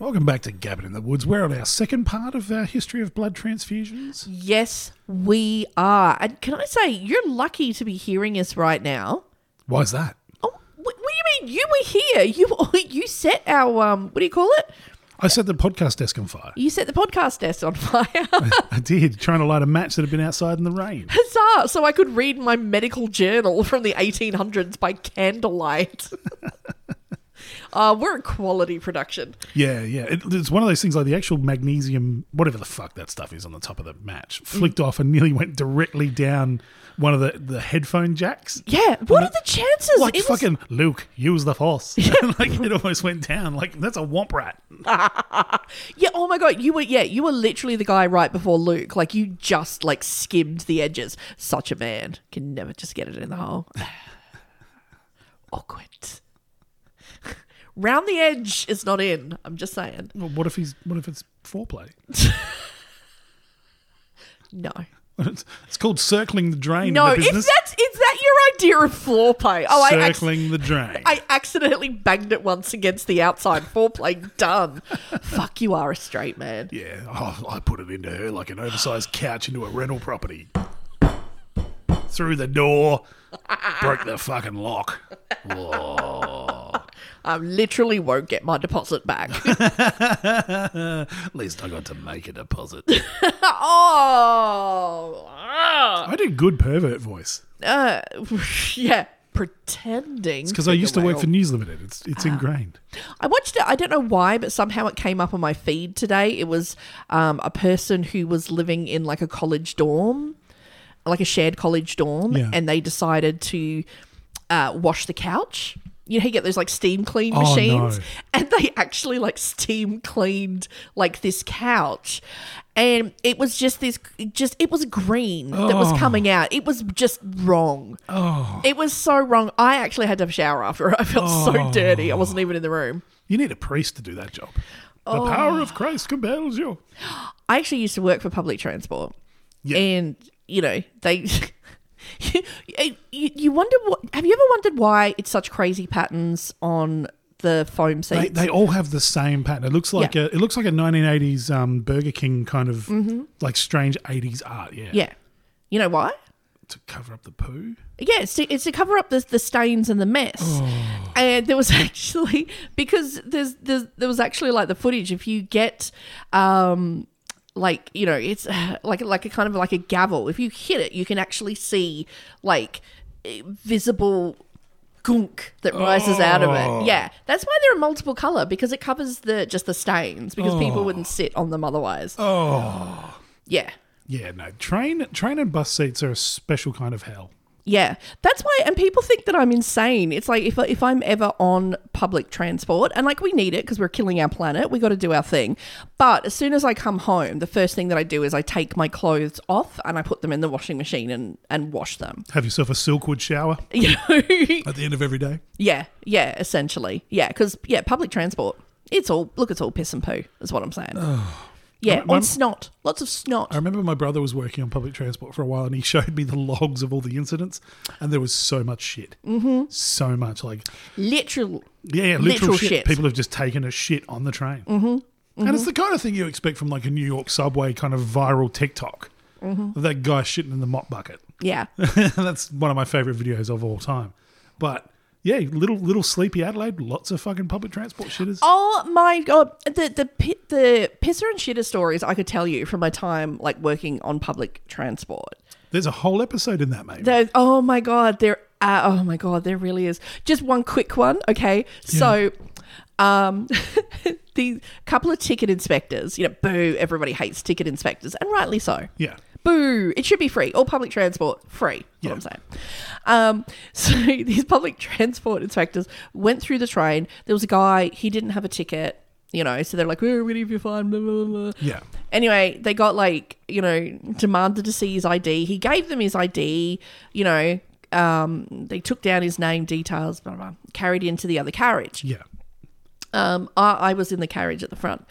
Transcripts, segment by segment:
Welcome back to Gabbin in the Woods. We're on our second part of our history of blood transfusions. Yes, we are. And can I say, you're lucky to be hearing us right now. Why's that? Oh, wh- what do you mean? You were here. You you set our um. What do you call it? I set the podcast desk on fire. You set the podcast desk on fire. I did, trying to light a match that had been outside in the rain. Huzzah! So I could read my medical journal from the 1800s by candlelight. uh, we're a quality production. Yeah, yeah. It, it's one of those things like the actual magnesium, whatever the fuck that stuff is on the top of the match, Mm. flicked off and nearly went directly down one of the, the headphone jacks. Yeah. What are the chances? Mm. Like It was- fucking Luke, use the force. like it almost went down. Like that's a womp rat. Yeah. Oh my god. You were. Yeah. You were literally the guy right before Luke. Like you just like skimmed the edges. Such a man can never just get it in the hole. Awkward. Round the edge is not in. I'm just saying. Well, what if he's? What if it's foreplay? No. It's, it's called circling the drain. in No. the If business. that's is that your idea of floor play? Oh, I ac- circling the drain. I accidentally banged it once against the outside foreplay. Done. Fuck, you are a straight man. yeah, oh, I put it into her like an oversized couch into a rental property. Through the door, broke the fucking lock. I literally won't get my deposit back. At least I got to make a deposit. oh. ah. I did good pervert voice Uh, yeah. Pretending. because I used to work for News Limited. It's it's ingrained. I watched it. I don't know why, but somehow it came up on my feed today. It was um, a person who was living in like a college dorm, like a shared college dorm, Yeah. and they decided to uh, wash the couch. You know, how you get those like steam clean Oh, machines, no. and they actually like steam cleaned like this couch, and it was just this, just it was green that Oh. was coming out. It was just wrong. Oh, it was so wrong. I actually had to have a shower after. I felt Oh. so dirty. I wasn't even in the room. You need a priest to do that job. The Oh. power of Christ compels you. I actually used to work for public transport, Yeah. and you know they. you, you, you wonder what? Have you ever wondered why it's such crazy patterns on the foam They, seats? they all have the same pattern. It looks like Yeah. a it looks like a 1980s um, Burger King kind of like strange 80s art. Yeah. Mm-hmm. yeah, you know why? To cover up the poo. Yeah, it's to, it's to cover up the, the stains and the mess. And there was actually because there's, there's there was actually like the footage. If you get, um, like you know, it's uh, like like a kind of like a gavel. If you hit it, you can actually see like eh, visible gunk that rises out of it. Yeah, that's why they're a multiple color because it covers the just the stains because people wouldn't sit on them otherwise. Oh, yeah. Yeah, no. Train train and bus seats are a special kind of hell. Yeah, that's why. And people think that I'm insane. It's like if if I'm ever on public transport, and like we need it because we're killing our planet, we got to do our thing. But as soon as I come home, the first thing that I do is I take my clothes off and I put them in the washing machine and and wash them. Have yourself a Silkwood shower You know? at the end of every day. yeah, yeah, essentially, yeah. Because yeah, public transport, it's all look, it's all piss and poo, is what I'm saying. Yeah, my- on snot, lots of snot. I remember my brother was working on public transport for a while and he showed me the logs of all the incidents and there was so much shit. Mm-hmm. So much like Literal. yeah, yeah, literal, Literal shit. shit. People have just taken a shit on the train. Mm-hmm. And it's the kind of thing you expect from like a New York subway kind of viral TikTok. That guy shitting in the mop bucket. Yeah. That's one of my favorite videos of all time. But yeah, little little sleepy Adelaide, lots of fucking public transport shitters. Oh my god, the the pi- the pisser and shitter stories I could tell you from my time like working on public transport. There's a whole episode in that, mate. Those, oh my god, there. Uh, oh my god, there really is. Just one quick one, okay? So, um, the couple of ticket inspectors. You know, boo! Everybody hates ticket inspectors, and rightly so. yeah. Boo! It should be free. All public transport free. is What I'm saying. Um, so these public transport inspectors went through the train. There was a guy. He didn't have a ticket. you know, so they're like, we're going to give you a fine, blah, blah, blah. Yeah. Anyway, they got like, you know, demanded to see his ID. He gave them his ID, you know, um, they took down his name, details, blah, blah, blah, carried into the other carriage. Yeah. Um, I, I was in the carriage at the front.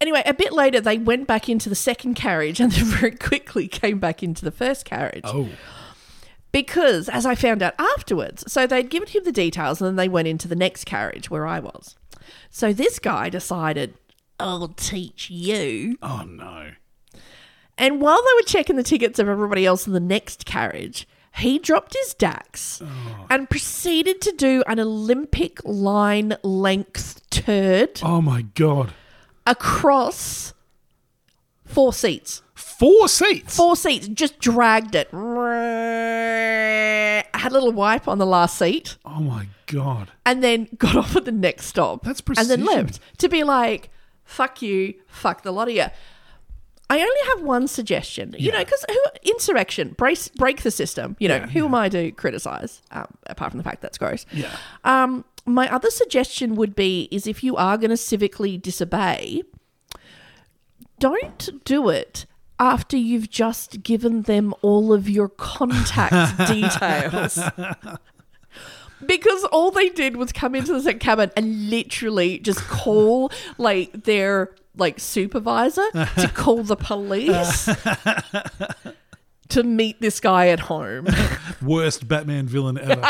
Anyway, a bit later, they went back into the second carriage and then very quickly came back into the first carriage Oh. because as I found out afterwards, so they'd given him the details and then they went into the next carriage where I was. So this guy decided, I'll teach you. Oh no. And while they were checking the tickets of everybody else in the next carriage, he dropped his DAX and proceeded to do an Olympic line length turd Oh my god. across four seats. Four seats. four seats, just dragged it. Had a little wipe on the last seat Oh my god. and then got off at the next stop. That's And then precision. left to be like, fuck you, fuck the lot of you. I only have one suggestion, you know, Yeah. because insurrection, brace, break the system. You know, who am I to criticize? Um, apart from the fact that's gross. Yeah. Um, my other suggestion would be is if you are going to civically disobey, don't do it after you've just given them all of your contact details. Because all they did was come into the second cabin and literally just call like their like supervisor to call the police to meet this guy at home. Worst Batman villain ever.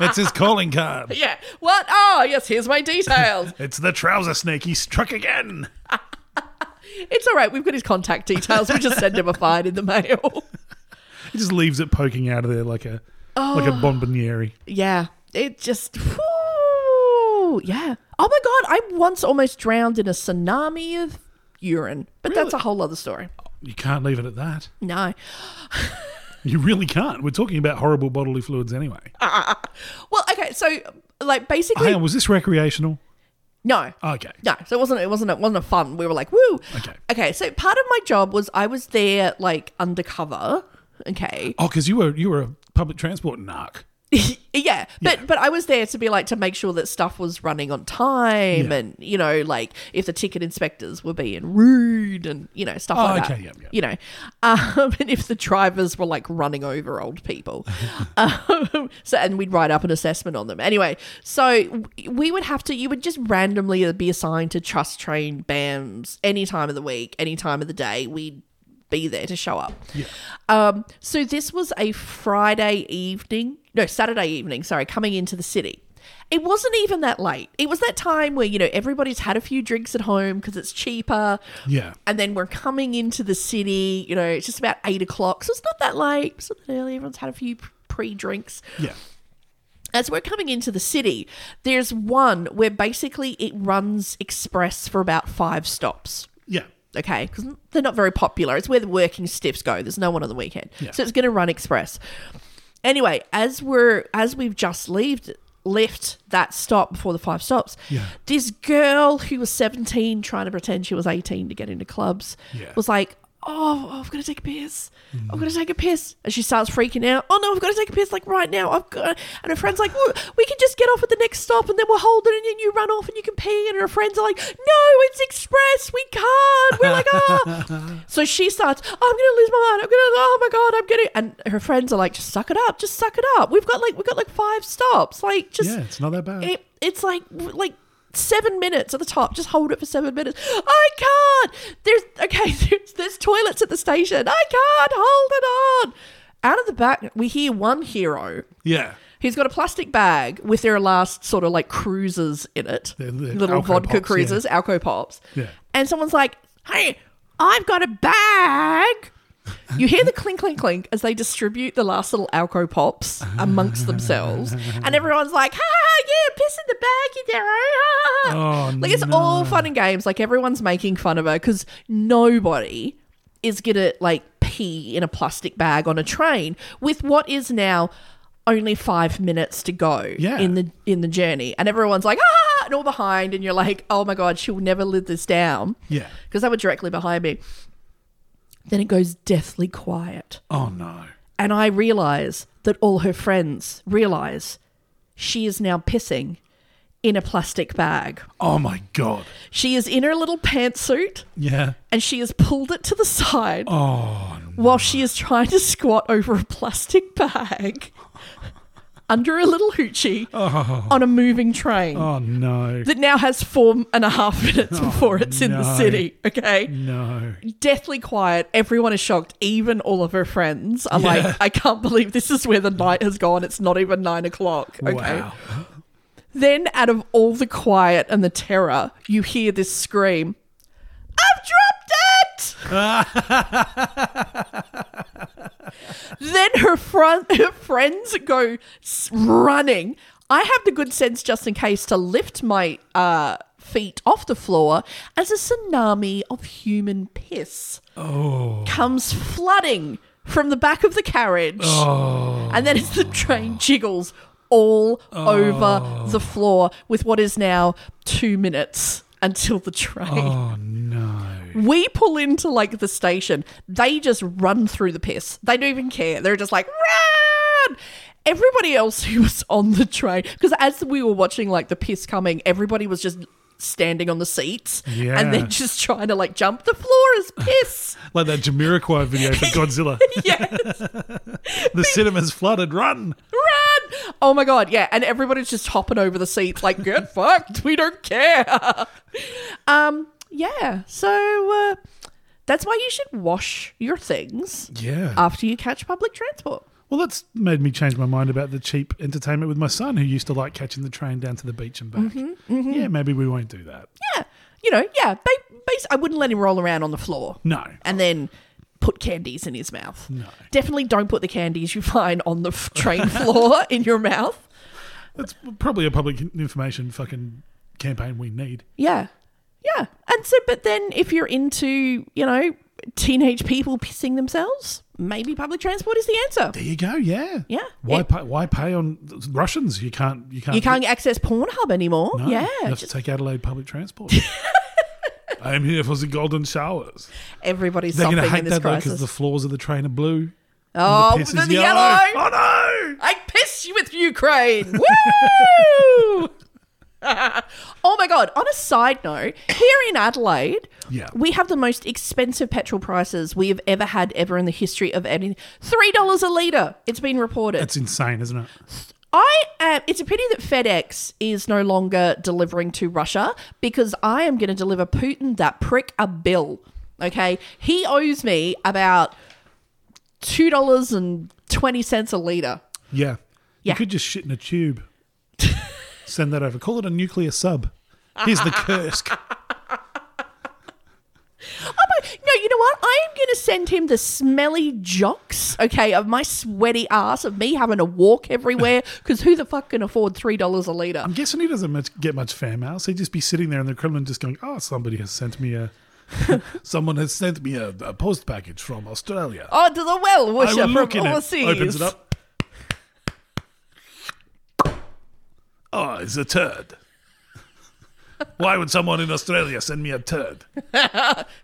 That's his calling card. yeah. What? Oh yes, here's my details. It's the trouser snake. He struck again. It's all right. We've got his contact details. We just send him a fine in the mail. He just leaves it poking out of there like a like a bonboniere. yeah. It just. whew, yeah. Oh my God. I once almost drowned in a tsunami of urine, but that's a whole other story. You can't leave it at that. No. You really can't. We're talking about horrible bodily fluids anyway. Well, okay. So, like, basically, Hang on, was this recreational? no. Okay. No, so it wasn't. It wasn't. It wasn't a fun. We were like, woo. Okay. Okay. So part of my job was I was there like undercover. Okay. Oh, because you were you were a public transport narc. yeah but but i was there to be like to make sure that stuff was running on time Yeah. and you know like if the ticket inspectors were being rude and you know stuff Oh, like that okay, yep, yep. you know um, and if the drivers were like running over old people um, so and we'd write up an assessment on them anyway so w- we would have to you would just randomly uh, be assigned to trust train bams any time of the week any time of the day we'd be there to show up um, so this was a Friday evening, no, Saturday evening, sorry, coming into the city. It wasn't even that late. It was that time where, you know, everybody's had a few drinks at home because it's cheaper. Yeah. And then we're coming into the city, you know, it's just about eight o'clock. So it's not that late. It's not that early. Everyone's had a few pre drinks Yeah. as we're coming into the city, there's one where basically it runs express for about five stops. Yeah. Okay, because they're not very popular. It's where the working stiffs go. There's no one on the weekend, Yeah. so it's going to run express. Anyway, as we're as we've just left left that stop before the five stops, Yeah. this girl who was 17 trying to pretend she was 18 to get into clubs Yeah. Mm. was like, "Oh, I've got to take a piss. I've got to take a piss," and she starts freaking out. "Oh no, I've got to take a piss like right now." I've got, and her friend's like, "Well, "We can just get off at the next stop, and then we'll hold it, and then you run off, and you can pee." And her friends are like, "No, it's express. We can't." We're like, "Ah." So she starts, oh, I'm going to lose my mind. I'm going to, oh my God, I'm getting. And her friends are like, just suck it up. Just suck it up. We've got like, we've got like five stops. Like, just. Yeah, it's not that bad. It, it's like, like seven minutes at the top. Just hold it for seven minutes. I can't. There's, okay, there's, there's toilets at the station. I can't. Hold it on. Out of the back, we hear one hero. Yeah. He's got a plastic bag with their last sort of like cruisers in it. The- the little Alco vodka Pops, yeah. cruisers, Alco Pops. Yeah. And someone's like, hey, I've got a bag. You hear the clink, clink, clink as they distribute the last little Alco Pops amongst themselves. And everyone's like, ha, ha, yeah, piss in the bag, you know. ha, ha, ha." Oh, like, it's all fun and games. Like, everyone's making fun of her because nobody is going to, like, pee in a plastic bag on a train with what is now only five minutes to go Yeah. in the in the journey and everyone's like ah and all behind and you're like oh my god she'll never live this down Yeah. because they were directly behind me then it goes deathly quiet Oh no. and i realize that all her friends realize she is now pissing in a plastic bag. Oh my god. She is in her little pantsuit Yeah. and she has pulled it to the side Oh, while she is trying to squat over a plastic bag under a little hoochie on a moving train Oh no. that now has four and a half minutes before it's in no. the city. Okay. No. Deathly quiet. Everyone is shocked. Even all of her friends are like, I can't believe this is where the night has gone. It's not even nine o'clock. Okay. Wow. Then, out of all the quiet and the terror, you hear this scream I've dropped it! then her, front, her friends go s- running. I have the good sense, just in case, to lift my uh, feet off the floor as a tsunami of human piss comes flooding from the back of the carriage. Oh. And then as the train jiggles all Oh. over the floor with what is now two minutes until the train. Oh no. We pull into like the station. They just run through the piss. They don't even care. They're just like, run! Everybody else who was on the train, because as we were watching like the piss coming, everybody was just standing on the seats Yeah. and then just trying to like jump. The floor is piss. Like that Jamiroquai video for Godzilla. yes. the cinema's flooded. Run. run! Oh my god, yeah. And everybody's just hopping over the seats, like, get fucked, we don't care. um, yeah. So uh, that's why you should wash your things Yeah. after you catch public transport. Uh, Well, that's made me change my mind about the cheap entertainment with my son, who used to like catching the train down to the beach and back. Yeah, maybe we won't do that. Yeah, you know, yeah. Ba- bas- I wouldn't let him roll around on the floor. No. and then. Put candies in his mouth. No. Definitely don't put the candies you find on the f- train floor in your mouth. That's probably a public information fucking campaign we need. Yeah. Yeah. And so, but then if you're into, you know, teenage people pissing themselves, maybe public transport is the answer. There you go. Yeah. Yeah. Why Yeah. pay? Why pay on th- Russians? You can't. You can't. You can't access Pornhub anymore. No, yeah. You have just- to take Adelaide public transport. I'm here for the golden showers. everybody's They're going something to in hate this that though crisis. because the floors of the train are blue. oh, piss the, is the yellow. Oh no! I piss you with Ukraine. Woo! oh my god! On a side note, here in Adelaide, Yeah. we have the most expensive petrol prices we have ever had ever in the history of anything. Three dollars a liter. It's been reported. That's insane, isn't it? I am. It's a pity that FedEx is no longer delivering to Russia because I am going to deliver Putin that prick a bill. Okay, he owes me about two dollars and twenty cents a liter. Yeah. You Yeah. could just shit in a tube. Send that over. Call it a nuclear sub. Here's the Kursk. Oh No, you know what? I am going to send him the smelly jocks, okay, of my sweaty ass, of me having to walk everywhere because who the fuck can afford three dollars a liter? I'm guessing he doesn't much, get much fan mail, so he'd just be sitting there in the Kremlin just going, oh, somebody has sent me a... someone has sent me a, a post package from Australia. Oh, to the well I will wisher look from in overseas. it. Opens it up. Oh, it's a turd. Why would someone in Australia send me a turd?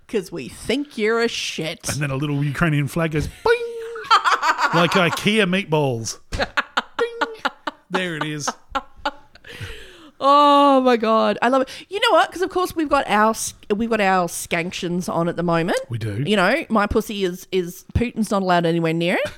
because we think you're a shit. And then a little Ukrainian flag goes bing, like IKEA meatballs. Bing. There it is. Oh my god, I love it. You know what? Because of course we've got our we've got our scanctions on at the moment. We do. You know, my pussy is is Putin's not allowed anywhere near it.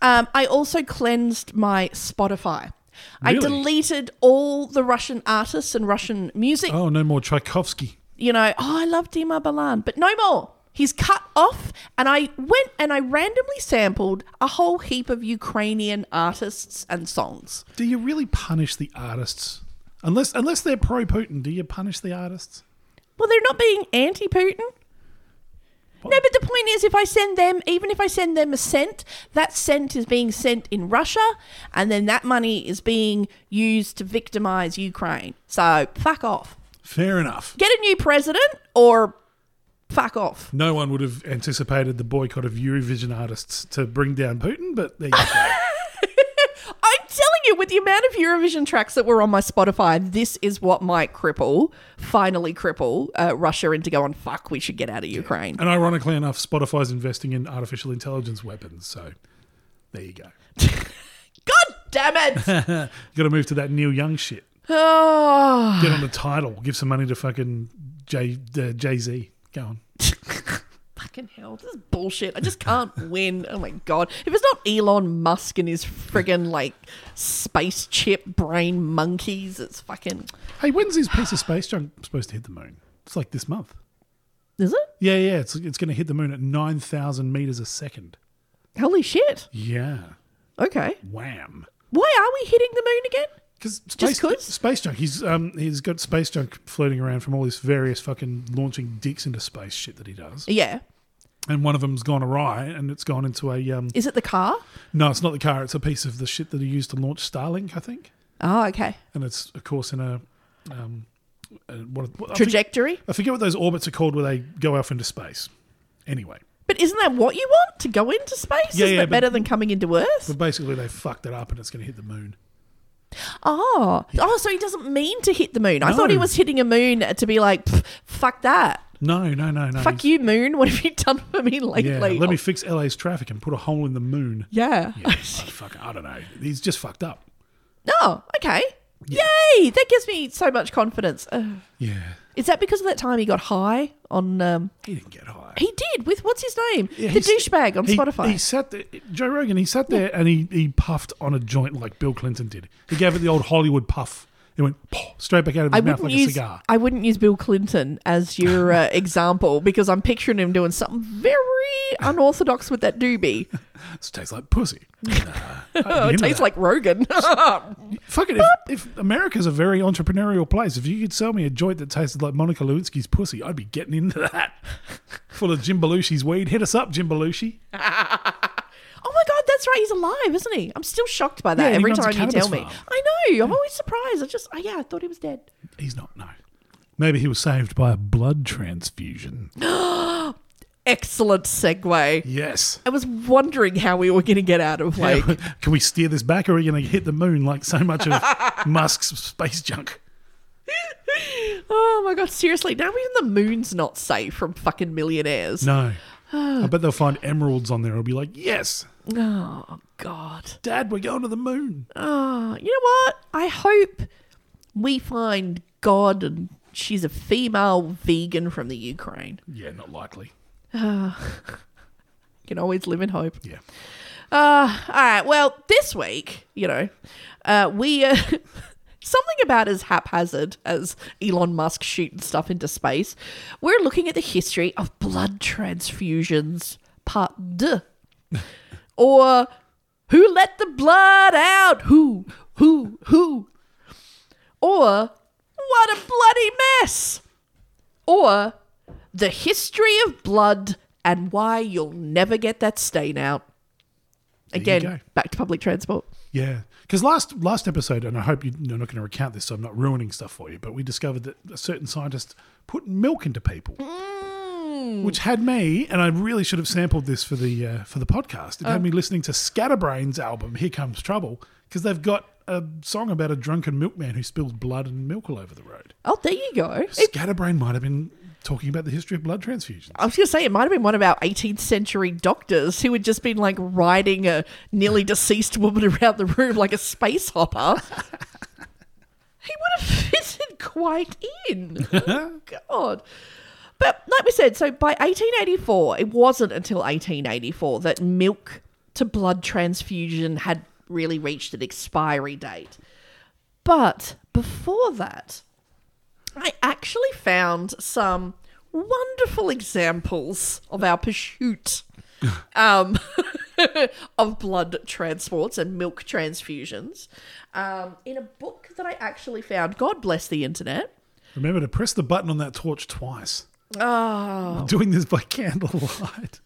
um, I also cleansed my Spotify. I Really? deleted all the Russian artists and Russian music. Oh, no more Tchaikovsky. You know, oh, I love Dima Balan, but no more. He's cut off, and I went and I randomly sampled a whole heap of Ukrainian artists and songs. Do you really punish the artists? Unless unless they're pro Putin, do you punish the artists? Well, they're not being anti Putin. No, but the point is, if I send them, even if I send them a cent, that cent is being sent in Russia, and then that money is being used to victimize Ukraine. So fuck off. Fair enough. Get a new president or fuck off. No one would have anticipated the boycott of Eurovision artists to bring down Putin, but there you go. I'm telling you, with the amount of Eurovision tracks that were on my Spotify, this is what might cripple, finally cripple uh, Russia into going, fuck, we should get out of Ukraine. and ironically enough, Spotify's investing in artificial intelligence weapons, so there you go. God damn it! You gotta move to that Neil Young shit. Oh. Get on the title. Give some money to fucking Jay uh, Jay Z. Go on. Fucking hell, this is bullshit. I just can't win. Oh my god. If it's not Elon Musk and his friggin' like space chip brain monkeys, it's fucking. Hey, when's this piece of space junk supposed to hit the moon? It's like this month. Is it? Yeah, yeah. It's it's going to hit the moon at nine thousand meters a second. Holy shit. Yeah. Okay. Wham. Why are we hitting the moon again? Because space, 'cause? space junk, he's um he's got space junk floating around from all his various fucking launching dicks into space shit that he does, Yeah. and one of them's gone awry, and it's gone into a um Is it the car? no, it's not the car, it's a piece of the shit that he used to launch Starlink, I think, Oh, okay. and it's of course in a um uh, what, what- I, forget, Trajectory. I forget what those orbits are called where they go off into space. Anyway, But isn't that what you want? To go into space? Yeah, isn't yeah, it but- better than coming into Earth? but basically they fucked it up, and it's going to hit the moon. Oh. Oh, so he doesn't mean to hit the moon. I No. thought he was hitting a moon to be like, "Pff, fuck that. No, no, no, no. Fuck you, moon. What have you oh. done for me lately? Yeah, let me fix LA's traffic and put a hole in the moon. Yeah. Yeah, fuck, I don't know. He's just fucked up. Oh, okay. Yay! That gives me so much confidence. Ugh. Yeah. is that because of that time he got high on? Um, He didn't get high. he did with what's his name? Yeah, the he's- douchebag on he- Spotify. He sat there, Joe Rogan, he sat there and he, he puffed on a joint like Bill Clinton did. He gave it the old Hollywood puff. It went "Pow," straight back out of his I mouth like wouldn't a use cigar. I wouldn't use Bill Clinton as your uh, example because I'm picturing him doing something very unorthodox with that doobie. It tastes like pussy. Oh, it tastes like Rogan. Fuck it. If, if America's a very entrepreneurial place, if you could sell me a joint that tasted like Monica Lewinsky's pussy, I'd be getting into that. Full of Jim Belushi's weed. Hit us up, Jim Belushi. Oh my god, that's right. He's alive, isn't he? I'm still shocked by Yeah, that and he every runs a time you cannabis tell me. farm. I know. I'm always surprised. I just, oh, yeah, I thought he was dead. He's not, no. Maybe he was saved by a blood transfusion. Excellent segue. Yes. I was wondering how we were going to get out of like. Yeah, can we steer this back or are we going to hit the moon like so much of Musk's space junk? oh my god, seriously? Now even the moon's not safe from fucking millionaires. No. I bet they'll find emeralds on there. It'll be like, yes, Oh god. Dad, we're going to the moon. Oh, you know what? I hope we find God and she's a female vegan from the Ukraine. Yeah, not likely. Can always live in hope. Yeah. Uh, all right. Well, this week, you know, uh, we uh, something about as haphazard as Elon Musk shooting stuff into space. We're looking at the history of blood transfusions, part D, or who let the blood out? Who? Who? Who? Or what a bloody mess! Or the history of blood and why you'll never get that stain out. you Again, go. back to public transport. Yeah. Because last, last episode, and I hope you- you're not going to recount this, so I'm not ruining stuff for you, but we discovered that a certain scientist put milk into people. Which had me, and I really should have sampled this for the uh, for the podcast. It had me listening to Scatterbrain's album "Here Comes Trouble" because they've got a song about a drunken milkman who spills blood and milk all over the road. Oh, there you go. It- Scatterbrain might have been talking about the history of blood transfusions. I was going to say it might have been one of our 18th century doctors who had just been like riding a nearly deceased woman around the room like a space hopper. he would have fitted quite in. Oh, God. But like we said, so by 1884, it wasn't until 1884 that milk to blood transfusion had really reached an expiry date. But before that, I actually found some wonderful examples of our pursuit um, of blood transports and milk transfusions um, in a book that I actually found. God bless the internet. Remember to press the button on that torch twice. Oh. We're doing this by candlelight.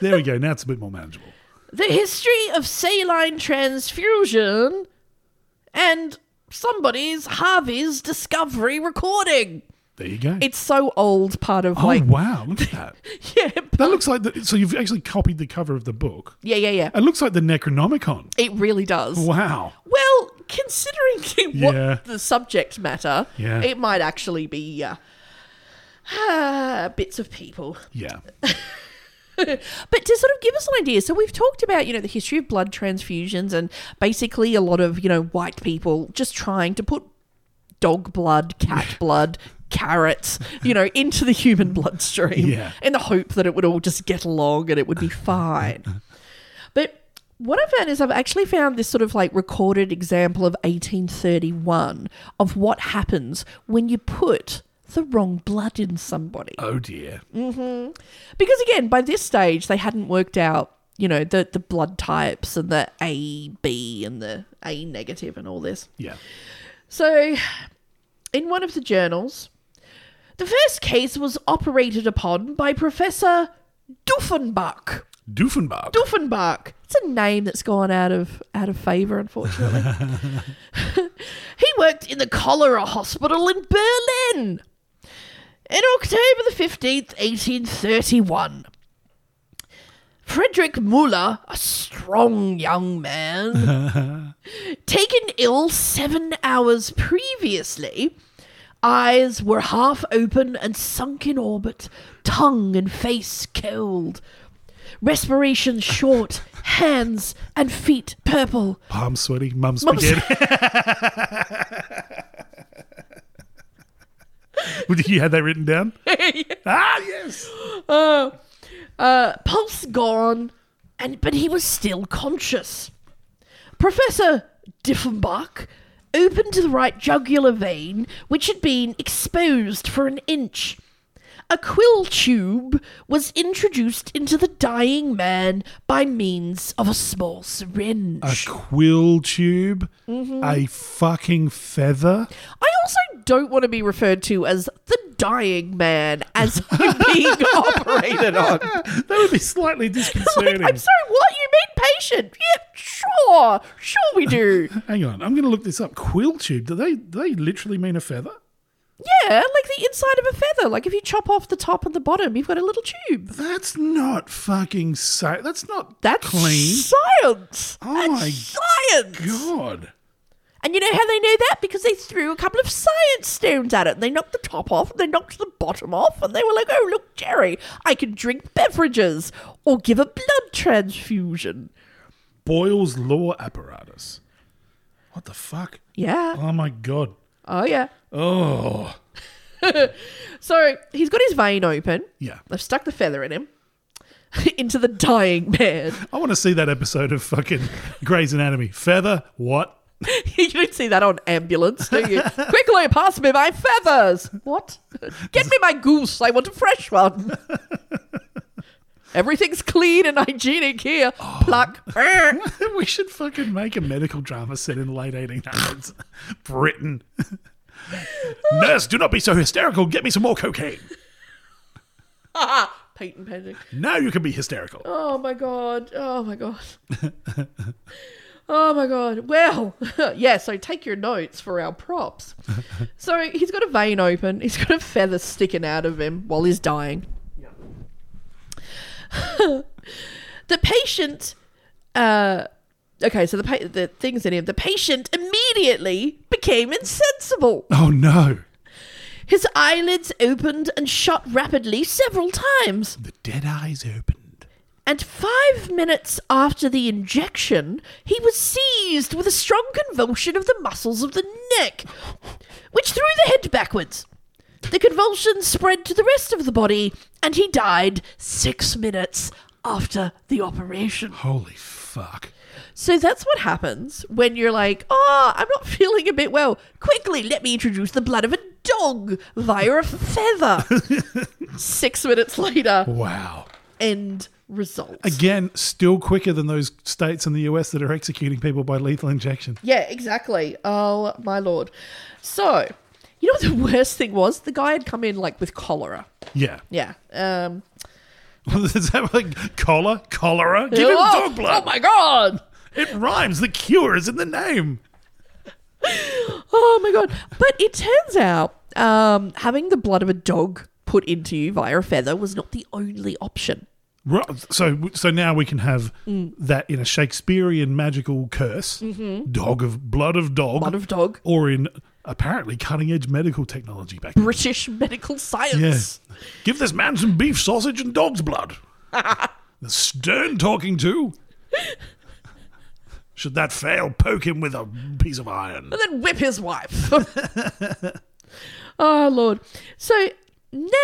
there we go. Now it's a bit more manageable. The history of saline transfusion and somebody's Harvey's discovery recording. There you go. It's so old, part of oh, like wow. Look at that. yeah, that looks like the. So you've actually copied the cover of the book. yeah, yeah, yeah. It looks like the Necronomicon. It really does. Wow. Well, considering what Yeah. the subject matter, Yeah. it might actually be uh, ah, bits of people. Yeah. But to sort of give us an idea, so we've talked about, you know, the history of blood transfusions and basically a lot of, you know, white people just trying to put dog blood, cat blood, carrots, you know, into the human bloodstream Yeah. in the hope that it would all just get along and it would be fine. But what I found is I've actually found this sort of like recorded example of 1831 of what happens when you put the wrong blood in somebody. Oh dear. Because again, by this stage, they hadn't worked out, you know, the, the blood types and the AB and the A negative and all this. Yeah. So, in one of the journals, the first case was operated upon by Professor Duffenbach. Doofenbach. Duffenbach. It's a name that's gone out of out of favor, unfortunately. he worked in the cholera hospital in Berlin in October the fifteenth, eighteen thirty-one. Frederick Muller, a strong young man, taken ill seven hours previously, Eyes were half open and sunk in orbit, tongue and face cold, respiration short, hands and feet purple. Palm sweaty. Mum's Mum's- spaghetti. Would you had that written down? Ah yes. Uh, uh, pulse gone, and but he was still conscious. Professor Diffenbach opened the right jugular vein, which had been exposed for an inch. A quill tube was introduced into the dying man by means of a small syringe. A quill tube. A fucking feather. I also don't want to be referred to as the dying man as him being operated on. That would be slightly Like, disconcerting. I'm sorry, what? You mean patient? Yeah, sure. Sure we do. Hang on, I'm going to look this up. Quill tube. Do they do they literally mean a feather? yeah, like the inside of a feather. Like if you chop off the top and the bottom, you've got a little tube. That's not fucking sa- That's not That's clean. science. Oh That's my science. God. And you know how they know that? Because they threw a couple of science stones at it. And they knocked the top off, and they knocked the bottom off, and they were like, oh, look, Jerry, I can drink beverages or give a blood transfusion. Boyle's law apparatus. What the fuck? Yeah. Oh my God. Oh, yeah. Oh So he's got his vein open. yeah. They've stuck the feather in him into the dying man. I want to see that episode of fucking Grey's Anatomy. Feather. What? you don't see that on ambulance, do you? Quickly, pass me my feathers. What? Get me my goose. I want a fresh one. Everything's clean and hygienic here. Oh. Pluck. we should fucking make a medical drama set in the late 1800s. Britain. Nurse, do not be so hysterical. Get me some more cocaine. Peyton Pending. Now you can be hysterical. Oh my god. Oh my god. oh my god. Well, yeah, so take your notes for our props. so he's got a vein open, he's got a feather sticking out of him while he's dying. the patient uh okay, so the pa- the things in him. The patient immediately became insensible. Oh no. His eyelids opened and shut rapidly several times. The dead eyes opened. And five minutes after the injection, he was seized with a strong convulsion of the muscles of the neck, which threw the head backwards. The convulsion spread to the rest of the body, and he died six minutes after the operation. Holy fuck. So that's what happens when you're like, oh, I'm not feeling a bit well. Quickly, let me introduce the blood of a dog via a feather. six minutes later, Wow. end result. Again, still quicker than those states in the US that are executing people by lethal injection. Yeah, exactly. Oh my lord. So, you know what the worst thing was? The guy had come in like with cholera. Yeah. Yeah. Um Is that like collar? Cholera? Give him oh, dog blood. Oh my god. It rhymes. The cure is in the name. Oh my god. But it turns out um having the blood of a dog put into you via a feather was not the only option. Ro- So, so now we can have Mm. that in a Shakespearean magical curse, dog of blood of dog, Mm-hmm. Blood of dog. or in apparently cutting edge medical technology back. then. British medical Yeah. science. give this man some beef sausage and dog's blood. the stern talking to. Should that fail, poke him with a piece of iron. and then whip his wife. oh, Lord. So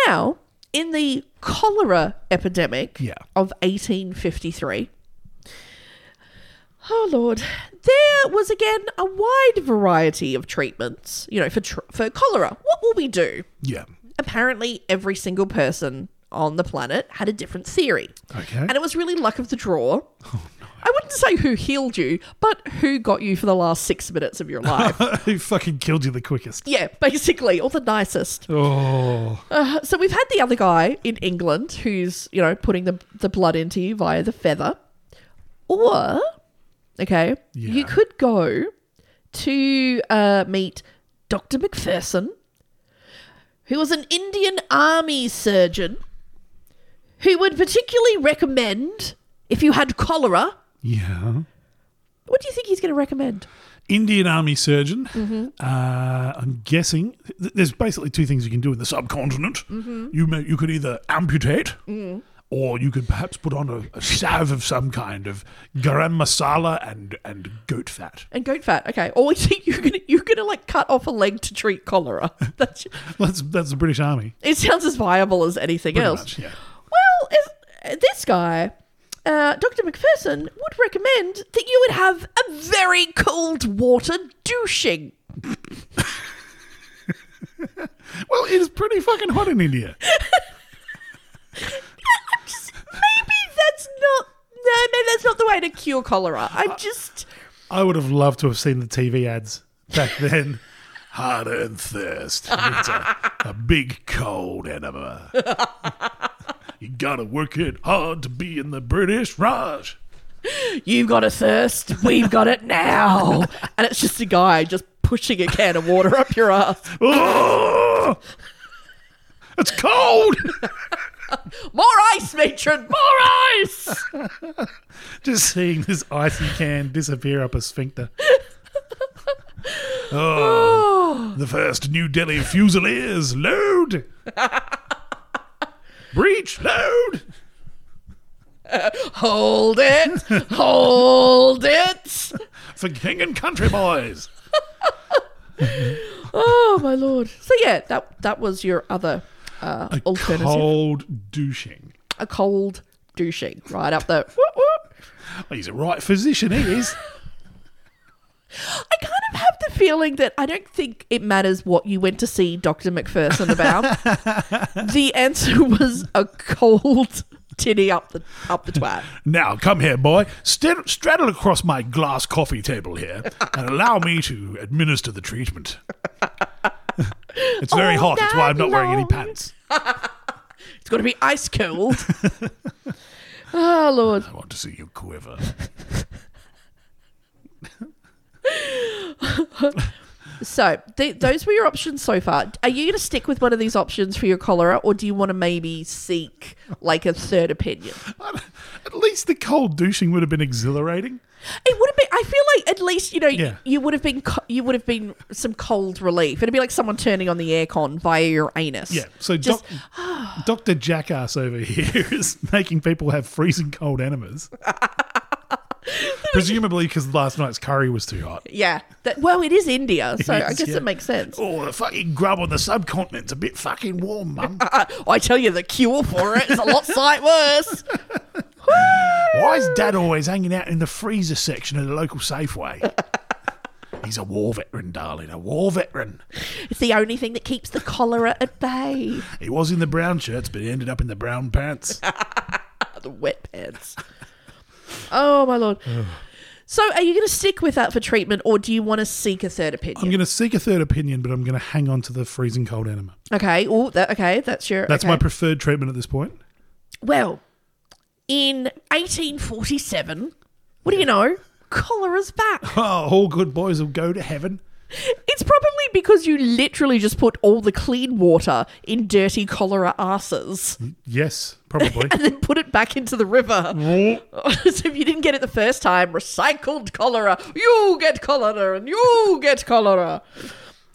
now, in the cholera epidemic Yeah. of 1853, oh, Lord, there was again a wide variety of treatments, you know, for, tr- for cholera. What will we do? Yeah. Apparently, every single person on the planet had a different theory. Okay. Oh, And it was really luck of the draw. I wouldn't say who healed you, but who got you for the last six minutes of your life. Who fucking killed you the quickest? yeah, basically, or the nicest. Oh. Uh, so we've had the other guy in England who's, you know, putting the, the blood into you via the feather. Or, okay, you Yeah. could go to uh, meet Dr. McPherson, who was an Indian army surgeon who would particularly recommend if you had cholera. Yeah. What do you think he's going to recommend? Indian Army surgeon. Uh, I'm guessing th- there's basically two things you can do in the subcontinent. You may, you could either amputate, or you could perhaps put on a, a salve of some kind of garam masala and and goat fat. And goat fat, okay. Or you think you're gonna you're gonna like cut off a leg to treat cholera? That's, That's that's the British Army. it sounds as viable as anything Pretty else. much, yeah. Well, if, this guy, uh, Dr. McPherson, would recommend that you would have a very cold water douching. Well, it is pretty fucking hot in India. Just, maybe that's not. No, maybe that's not the way to cure cholera. I'm just. I would have loved to have seen the TV ads back then. Hard earned thirst. It's a, a big cold enema. you gotta work it hard to be in the British Raj. You've got a thirst. We've got it now. and it's just a guy just pushing a can of water up your ass. Oh, it's cold. More ice, matron. More ice. Just seeing this icy can disappear up a sphincter. Oh, the first New Delhi Fusiliers, load! Breach, load! Hold it. Hold it. for king and country boys. Oh my lord! So yeah, that that was your other uh, alternative, Cold douching. a cold douching right up the. whoop, whoop. Well, he's a right physician, he is. I kind of have the feeling that I don't think it matters what you went to see Doctor McPherson about. the answer was a cold tinny up the up the twat. now, come here, boy. St- straddle across my glass coffee table here and allow me to administer the treatment. it's very Oh, hot, that's why I'm not wearing any Daddy. pants. It's got to be ice cold. oh lord! I want to see you quiver. So th- those were your options so far. Are you going to stick with one of these options for your cholera, or do you want to maybe seek like a third opinion? At least the cold douching would have been exhilarating. It would have been. I feel like at least you know Yeah. you would have been co- you would have been some cold relief. It'd be like someone turning on the aircon via your anus. Yeah, so just doc- Dr. Jackass over here is making people have freezing cold enemas. Presumably because last night's curry was too hot. yeah. That, well, it is India, so I is, guess yeah. it makes sense. Oh, the fucking grub on the subcontinent's a bit fucking warm, mum. Uh, I tell you, the cure for it is a lot sight worse. Why is dad always hanging out in the freezer section of the local Safeway? He's a war veteran, darling, a war veteran. It's the only thing that keeps the cholera at bay. He was in the brown shirts, but he ended up in the brown pants. the wet pants. oh my lord. So, are you going to stick with that for treatment, or do you want to seek a third opinion? I'm going to seek a third opinion, but I'm going to hang on to the freezing cold enema. okay. Oh, that, okay. That's your. That's okay. my preferred treatment at this point. Well, in 1847, what do you know? Cholera's back. Oh, all good boys will go to heaven. it's probably because you literally just put all the clean water in dirty cholera asses Yes, probably. and then put it back into the river. Mm-hmm. so if you didn't get it the first time, recycled cholera, you get cholera and you get cholera.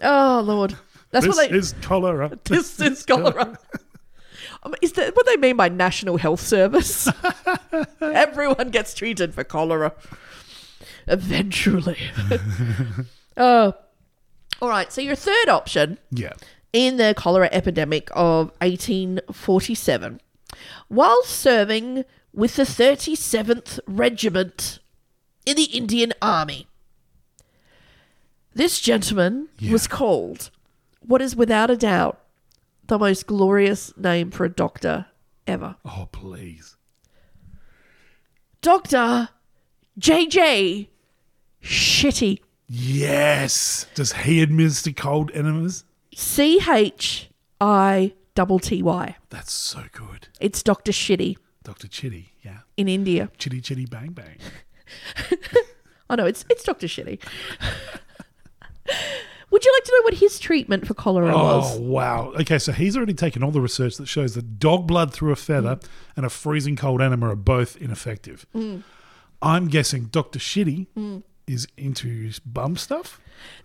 Oh, Lord. That's this what they. is cholera. this is cholera. Um, Is that what they mean by National Health Service? Everyone gets treated for cholera. eventually. oh. All right. So your third option Yeah. in the cholera epidemic of 1847 while serving with the 37th Regiment in the Indian Army. This gentleman was called what is without a doubt the most glorious name for a doctor ever. Oh, please. Dr. JJ Shitty. Yes. Does he administer cold enemas? C H I double T Y. That's so good. It's Dr. Shitty Dr. Chitty. Yeah. in India. Chitty, chitty, bang, bang. Oh no, it's it's Doctor Shitty. Would you like to know what his treatment for cholera Oh, was? wow. Okay, so he's already taken all the research that shows that dog blood through a feather Mm. and a freezing cold enema are both ineffective. I'm guessing Dr. Shitty Mm. is into bum stuff.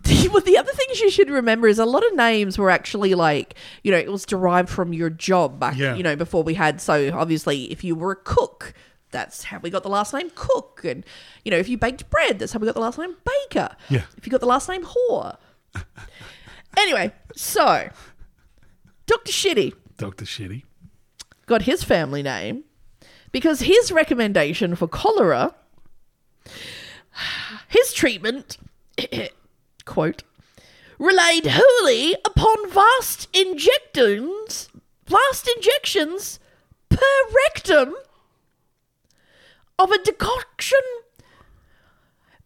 well, the other things you should remember is a lot of names were actually like you know it was derived from your job back Yeah. you know before we had so obviously if you were a cook. That's how we got the last name Cook, and you know if you baked bread, that's how we got the last name Baker. Yeah. If you got the last name Whore. anyway, so Doctor Shitty. Dr. Shitty. got his family name because his recommendation for cholera, his treatment, quote, relied wholly upon vast injections, vast injections per rectum of a decoction,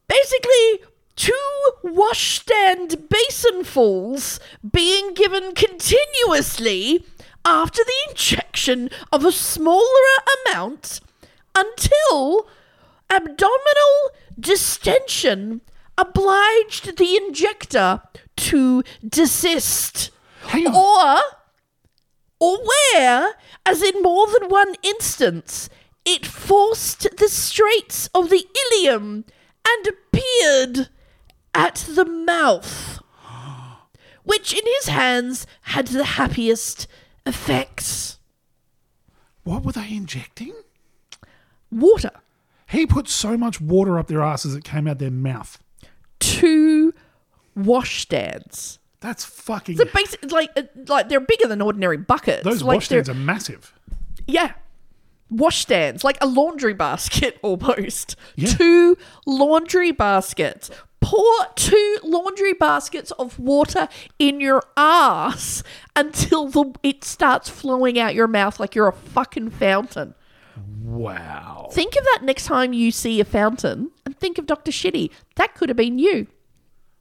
basically two washstand basinfuls being given continuously after the injection of a smaller amount until abdominal distension obliged the injector to desist Hang on. or or where, as in more than one instance, it forced the straits of the ilium and appeared at the mouth, which in his hands had the happiest effects. What were they injecting? Water. He put so much water up their asses it came out their mouth. Two washstands. That's fucking. The basic, like, uh, like they're bigger than ordinary buckets. Those like they're- washstands are massive. Yeah. Washstands, like a laundry basket almost. Yeah. Two laundry baskets. Pour two laundry baskets of water in your ass until the, it starts flowing out your mouth like you're a fucking fountain. Wow. Think of that next time you see a fountain and think of Dr. Shitty. That could have been you.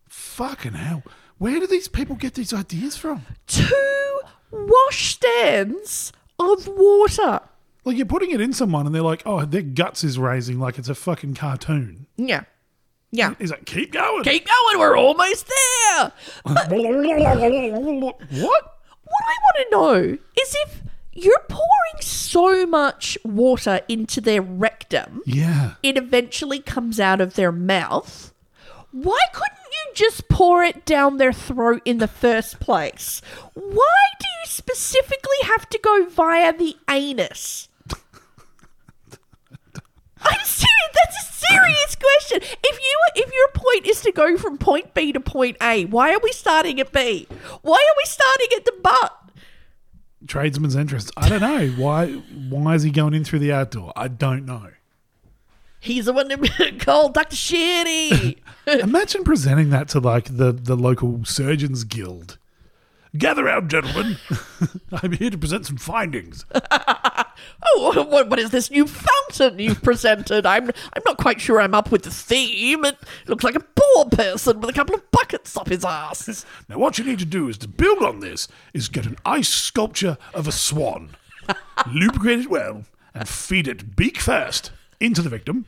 Fucking hell. Where do these people get these ideas from? Two washstands of water. Like, you're putting it in someone and they're like, oh, their guts is raising like it's a fucking cartoon. Yeah. Yeah. He's like, keep going. Keep going. We're almost there. what? What I want to know is if you're pouring so much water into their rectum, Yeah. it eventually comes out of their mouth. Why couldn't you just pour it down their throat in the first place? Why do you specifically have to go via the anus? I'm serious. That's a serious question. If you if your point is to go from point B to point A, why are we starting at B? Why are we starting at the butt? Tradesman's interest. I don't know. Why why is he going in through the outdoor? I don't know. He's the one that called Doctor Shitty. Imagine presenting that to like the, the local surgeons guild. Gather round, gentlemen. I'm here to present some findings. oh, what, what is this new fountain you've presented? I'm I'm not quite sure I'm up with the theme. It looks like a poor person with a couple of buckets up his ass. Now, what you need to do is to build on this is get an ice sculpture of a swan, lubricate it well, and feed it beak first into the victim.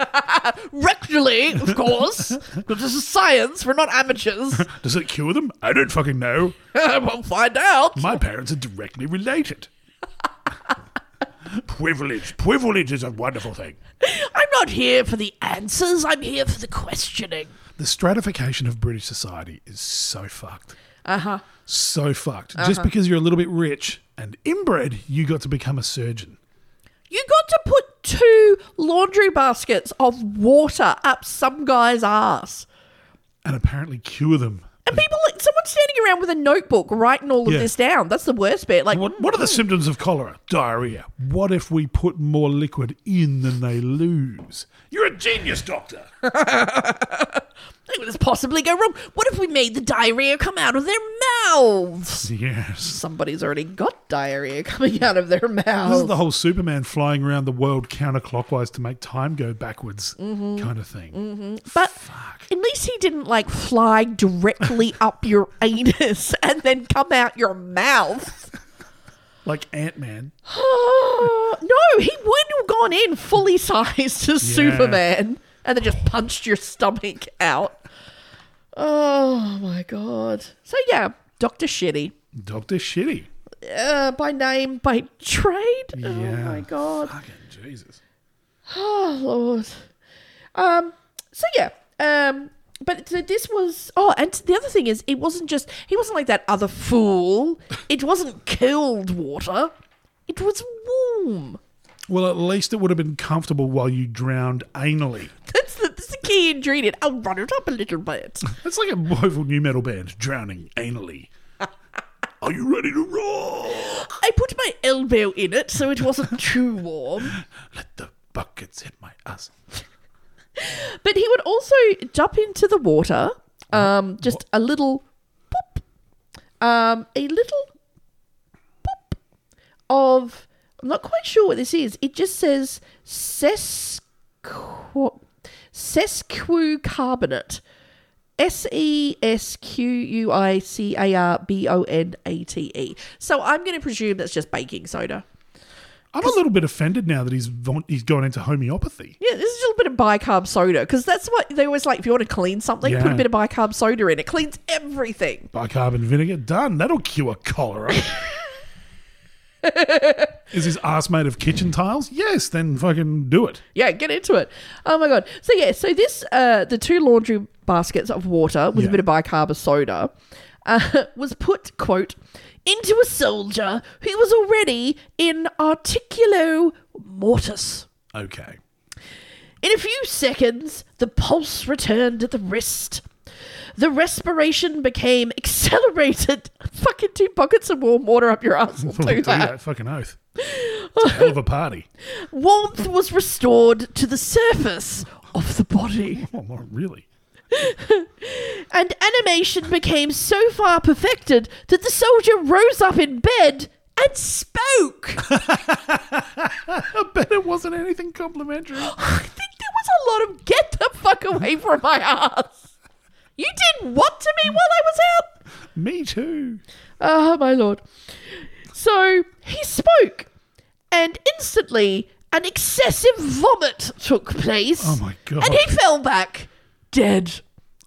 Rectally, of course, because this is science. We're not amateurs. Does it cure them? I don't fucking know. we'll find out. My parents are directly related. privilege. Privilege is a wonderful thing. I'm not here for the answers. I'm here for the questioning. The stratification of British society is so fucked. Uh huh. So fucked. Just because you're a little bit rich and inbred, you got to become a surgeon. You got to put two laundry baskets of water up some guy's ass. and apparently cure them. And people, someone's standing around with a notebook writing all of Yeah. this down. That's the worst bit. Like, What, what are the symptoms of cholera? Diarrhea. What if we put more liquid in than they lose? You're a genius, doctor. what could this possibly go wrong? What if we made the diarrhea come out of their mouths? yes. Somebody's already got diarrhea coming out of their This is the mouths. whole Superman flying around the world counterclockwise to make time go backwards kind of thing. But at least he didn't like fly directly up your anus and then come out your mouth. Like Ant Man. no, he would have gone in fully sized as Yeah. Superman and then just punched your stomach out. Oh my god. So yeah, Dr. Shitty. Doctor Shitty. Uh, by name, by trade. Oh Yeah. my god. Fucking Jesus. Oh lord. Um. So yeah. Um. But so this was. Oh, and the other thing is, it wasn't just he wasn't like that other fool. It wasn't cold water. It was warm. Well, at least it would have been comfortable while you drowned anally. That's the, that's the key ingredient. I'll run it up a little bit. That's like a woeful new metal band, drowning anally. Are you ready to roar? I put my elbow in it so it wasn't too warm. Let the buckets hit my ass. But he would also jump into the water, um, just a little boop, um, a little boop of. I'm not quite sure what this is. It just says sesqu- sesquicarbonate. S E S Q U I C A R B O N A T E. So I'm going to presume that's just baking soda. I'm a little bit offended now that he's von- he's gone into homeopathy. Yeah, this is a little bit of bicarb soda because that's what they always like. If you want to clean something, put a Yeah. bit of bicarb soda in. It cleans everything. Bicarbonate vinegar, done. That'll cure cholera. Is his ass made of kitchen tiles? Yes, then fucking do it. Yeah, get into it. Oh my god. So yeah, so this uh, the two laundry baskets of water with Yeah. a bit of bicarb soda uh, was put quote into a soldier who was already in articulo mortis. Okay. In a few seconds, the pulse returned at the wrist. The respiration became accelerated. Fucking two buckets of warm water up your ass will Well, do that. fucking oath. It's a hell of a party. Warmth was restored to the surface of the body. Well, not really. And animation became so far perfected that the soldier rose up in bed and spoke. I bet it wasn't anything complimentary. I think there was a lot of get the fuck away from my ass. You did what to me while I was out? Me too. Ah, my lord. So he spoke, and instantly an excessive vomit took place. Oh my God. Oh, And he fell back dead.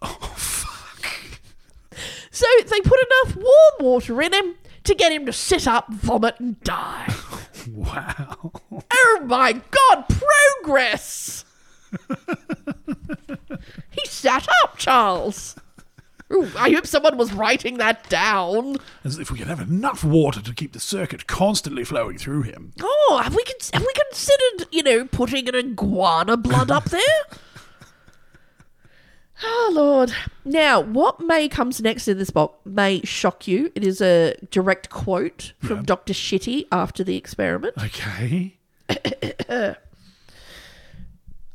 So they put enough warm water in him to get him to sit up, vomit, and die. Wow. oh my god, progress! he sat up, Charles. Ooh, I hope someone was writing that down. As if we could have enough water to keep the circuit constantly flowing through him. Oh, have we cons- have we considered you know putting an iguana blood up there? Oh Lord! Now, what may comes next in this box may shock you. It is a direct quote from Doctor Shitty after the experiment. Okay.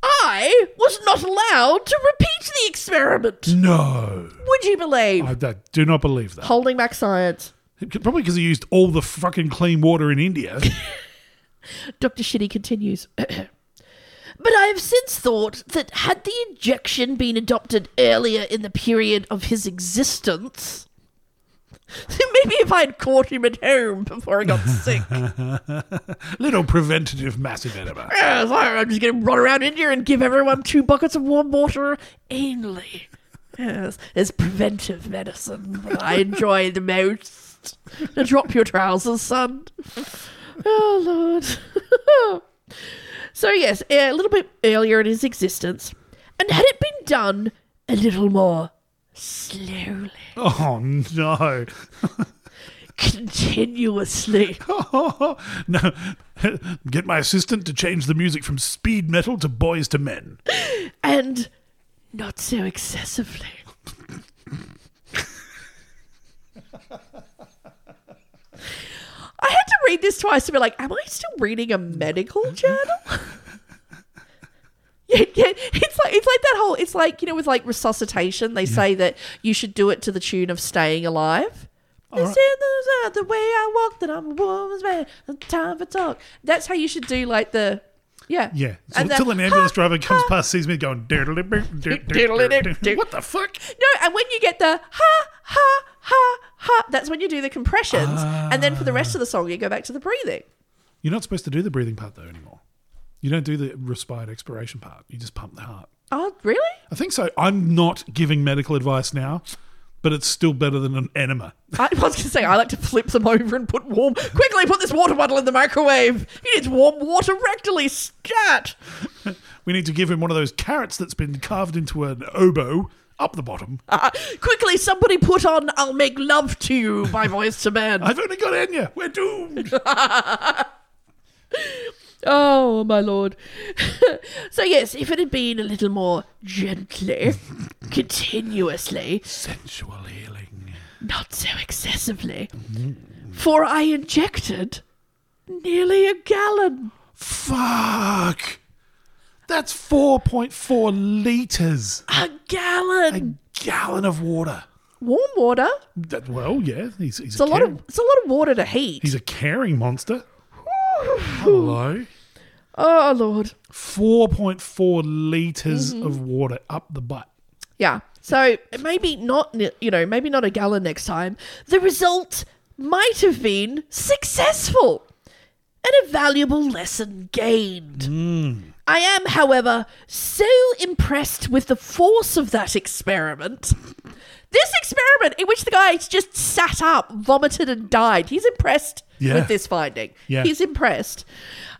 I was not allowed to repeat the experiment. No. Would you believe? I d- do not believe that. Holding back science. Probably because he used all the fucking clean water in India. Dr. Shitty continues. But I have since thought that had the injection been adopted earlier in the period of his existence, maybe if I had caught him at home before I got sick, Little preventative massive enema. Yes, I- I'm just going to run around India and give everyone two buckets of warm water anally. Yes, it's preventive medicine that I enjoy the most. Now drop your trousers, son. Oh, Lord. so, yes, a little bit earlier in his existence. And had it been done a little more slowly, Oh no. continuously. no, get my assistant to change the music from speed metal to boys to men. and not so excessively. I had to read this twice to be like, am I still reading a medical journal? Yeah, yeah, it's like it's like that whole it's like you know with like resuscitation they say that you should do it to the tune of staying alive. right. This is the way I walk that I'm a woman's man. and Time for talk. That's how you should do like the yeah Yeah. So And the- until an ambulance driver comes past, sees me going, diddle it, diddle Diddle-a-dip-dip. What the fuck? No, and when you get the ha ha ha ha, that's when you do the compressions, and then for the rest of the song, you go back to the breathing. You're not supposed to do the breathing part though anymore. You don't do the respired expiration part. You just pump the heart. Oh, really? I think so. I'm not giving medical advice now, but it's still better than an enema. I was going to say I like to flip them over and put warm. Quickly, put this water bottle in the microwave. He needs warm water rectally. Scat. We need to give him one of those carrots that's been carved into an oboe up the bottom. Ah, quickly, somebody put on "I'll Make Love to You" by Voice to Man. I've only got Enya. We're doomed. Oh, my lord. so, yes, if it had been a little more gently, continuously, Sensual healing. not so excessively, for I injected nearly a gallon. Fuck. That's 4.4 litres. A A gallon. gallon of water. Warm water. That, well, yeah. He's, he's It's a lot caring- of it's a lot of water to heat. He's a caring monster. Hello. oh lord. 4.4 liters Mm-hmm. of water up the butt. Yeah. So maybe not ni- you know, maybe not a gallon next time. The result might have been successful. And a valuable lesson gained. I am, however, so impressed with the force of that experiment. This experiment, in which the guy just sat up, vomited, and died, he's impressed Yeah. with this finding. Yeah. He's impressed.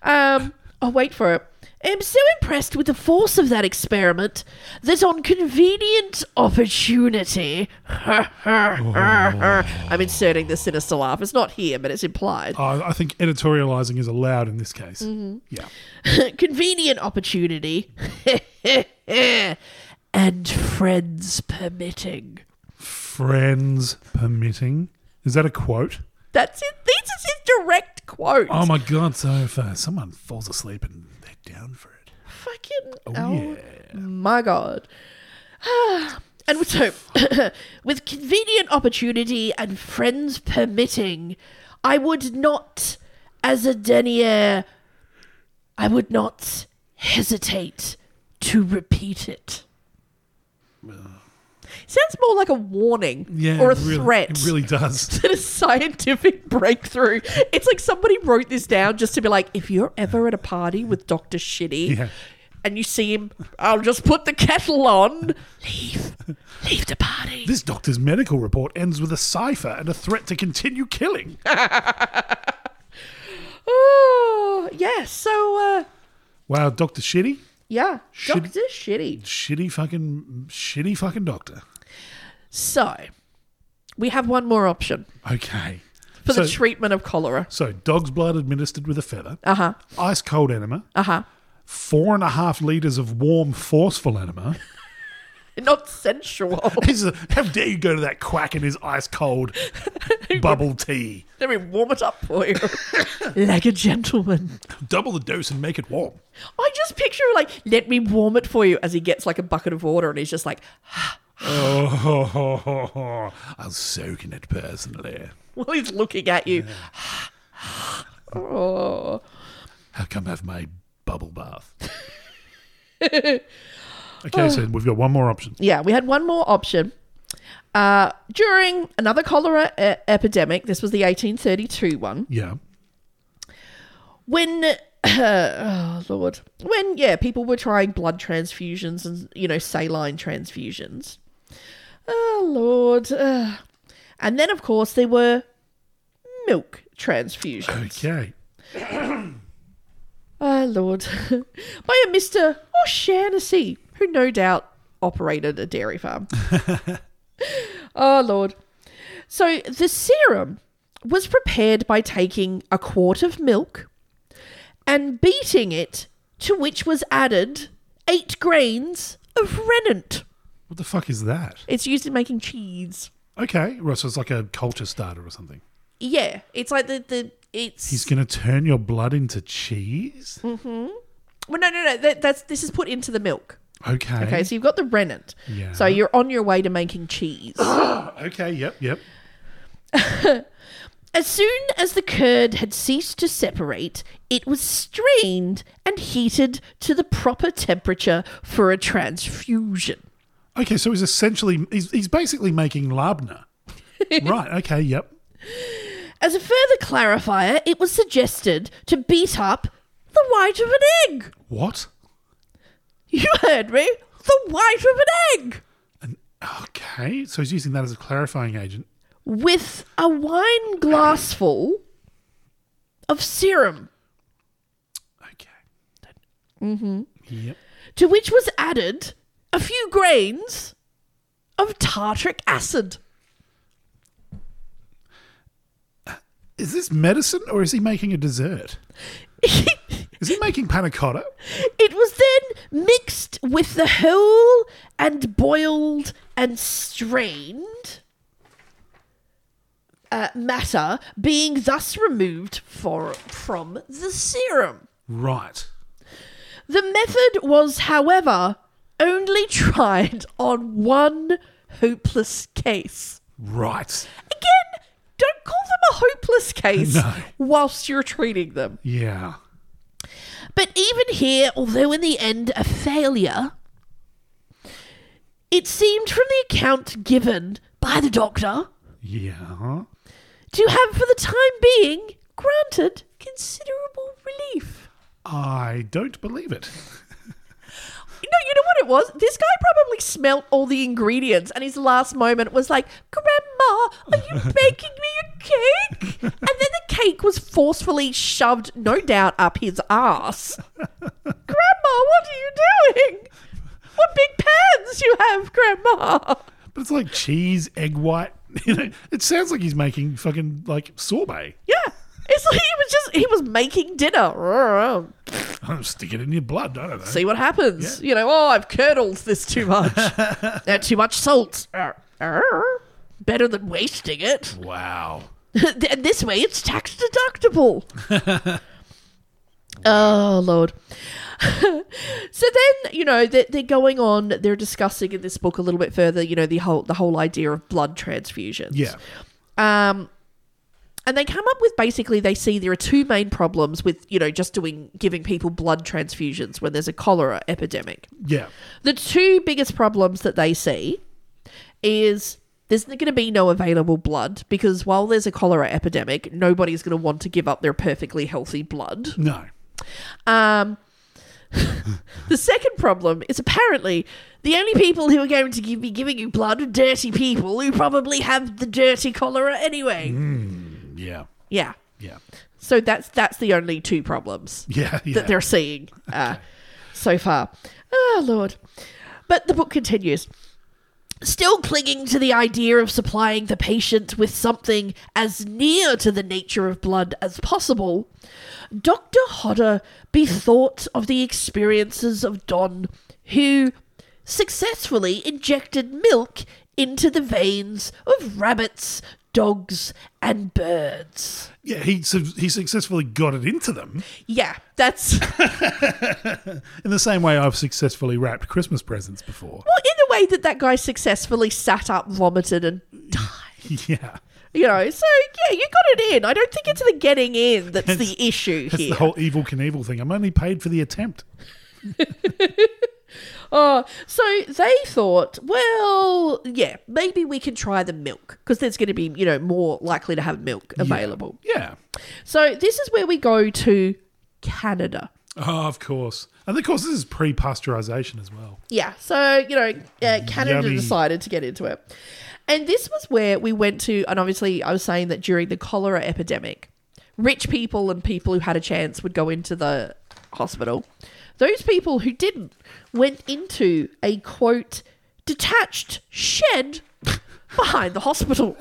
Um, oh, wait for it. I'm so impressed with the force of that experiment that on convenient opportunity. I'm inserting the sinister laugh. It's not here, but it's implied. I I think editorializing is allowed in this case. Mm-hmm. Yeah. Oh. convenient opportunity and friends permitting. Friends permitting. Is that a quote? That's it. This is his direct quote. Oh my God. So if uh, someone falls asleep and they're down for it. Fucking oh, yeah. my god. and so, with convenient opportunity and friends permitting, I would not, as a denier, I would not hesitate to repeat it. Sounds more like a warning Yeah. or a it really- threat It really does. than a scientific breakthrough. It's like somebody wrote this down just to be like, if you're ever at a party with Dr. Shitty Yeah. and you see him, I'll just put the kettle on. Leave. Leave the party. This doctor's medical report ends with a cipher and a threat to continue killing. Oh, yeah. So, uh, Wow, Doctor Shitty, yeah. Should- Dr. Shitty. shitty fucking, shitty fucking doctor. So, we have one more option Okay. for the So- treatment of cholera. So dog's blood administered with a feather, Uh huh. ice cold enema, Uh huh. four and a half liters of warm, forceful enema. Not sensual. He's a- how dare you go to that quack in his ice cold bubble tea? Let me warm it up for you. like a gentleman. Double the dose and make it warm. I just picture like, let me warm it for you as he gets like a bucket of water and he's just like, Oh, ho, ho, ho, ho. I'll soak in it personally. well, he's looking at you. oh. How come have my bubble bath? okay, Oh. so we've got one more option. Yeah, we had one more option. Uh, during another cholera e- epidemic, this was the 1832 one, Yeah. when, oh Lord, when, yeah, people were trying blood transfusions and, you know, saline transfusions. Oh Lord. Ugh. and then, of course, there were milk transfusions. Okay. Ah, Lord. By a Mr. O'Shaughnessy, who no doubt operated a Ah, dairy farm. oh, Lord. So the serum was prepared by taking a quart of milk and beating it, to which was added eight grains of rennet. What the fuck is that? It's used in making cheese. Okay, well, so it's like a culture starter or something. Yeah, it's like the the it's He's going to turn your blood into cheese? Hmm. well, no, no, no. That, that's this is put into the milk. Okay. Okay, so you've got the rennet. Hmm? Yeah. So you're on your way to making cheese. Okay, yep, yep. As soon as the curd had ceased to separate, it was strained and heated to the proper temperature for a transfusion. Okay, so he's essentially, he's, he's basically making labna. right, okay, yep. As a further clarifier, it was suggested to beat up the white of an egg. What? You heard me. The white of an egg. Okay, so he's using that as a clarifying agent. With a wine glassful of serum, Okay. Mm-hmm. Yep. to which was added a few grains of tartric acid. Is this medicine or is he making a dessert? is he making panna cotta? It was then mixed with the whole and boiled and strained uh, matter, being thus removed for, from the serum. Right. The method was, however, only tried on one hopeless case. Right. Again, don't call them a hopeless case No. whilst you're treating them. Yeah. But even here, although in the end a failure, it seemed from the account given by the doctor Yeah. to have, for the time being, granted considerable relief. I don't believe it. No, you know what it was? This guy probably smelt all the ingredients, and his last moment was like, Grandma, are you baking me a cake? And then the cake was forcefully shoved, no doubt, up his ass. Grandma, what are you doing? What big pans you have, Grandma? But it's like cheese, egg white. You know, it sounds like he's making fucking like sorbet. Yeah. It's like he was just, he was making dinner. I'm sticking it in your blood. I don't know. See what happens. You know, oh, I've curdled this too much. Uh, too much salt. Uh, uh, Better than wasting it. Wow. Th- and this way it's tax deductible. oh lord. so then, you know, they're, they're going on. They're discussing in this book a little bit further. You know, the whole the whole idea of blood transfusions. Yeah. Um, and they come up with basically they see there are two main problems with you know just doing giving people blood transfusions when there's a cholera epidemic. Yeah. The two biggest problems that they see is there's going to be no available blood because while there's a cholera epidemic, nobody's going to want to give up their perfectly healthy blood. No. Um, the second problem is apparently the only people who are going to give, be giving you blood are dirty people who probably have the dirty cholera anyway. Yeah. Yeah. Yeah. So that's that's the only two problems Yeah. Yeah. that they're seeing uh, so far. Oh, Lord. But the book continues. Still clinging to the idea of supplying the patient with something as near to the nature of blood as possible, Dr. Hodder bethought of the experiences of Don, who successfully injected milk into the veins of rabbits, dogs, and birds. yeah. He su- he successfully got it into them Yeah, that's in the same way I've successfully wrapped Christmas presents before. Well, in the way that that guy successfully sat up, vomited, and Yeah. you know, so yeah, you got it in. I don't think it's the getting in that's the issue That's here. the whole evil Knievel thing. I'm only paid for the attempt. oh, so they thought, well, yeah, maybe we can try the milk because there's going to be, you know, more likely to have milk available. Yeah. So this is where we go to Canada. Oh, of course. And of course, this is pre pasteurization as well. Yeah, so you know, uh, Canada Yummy. decided to get into it, and this was where we went to. And obviously, I was saying that during the cholera epidemic, rich people and people who had a chance would go into the hospital. Those people who didn't went into a quote detached shed behind the hospital.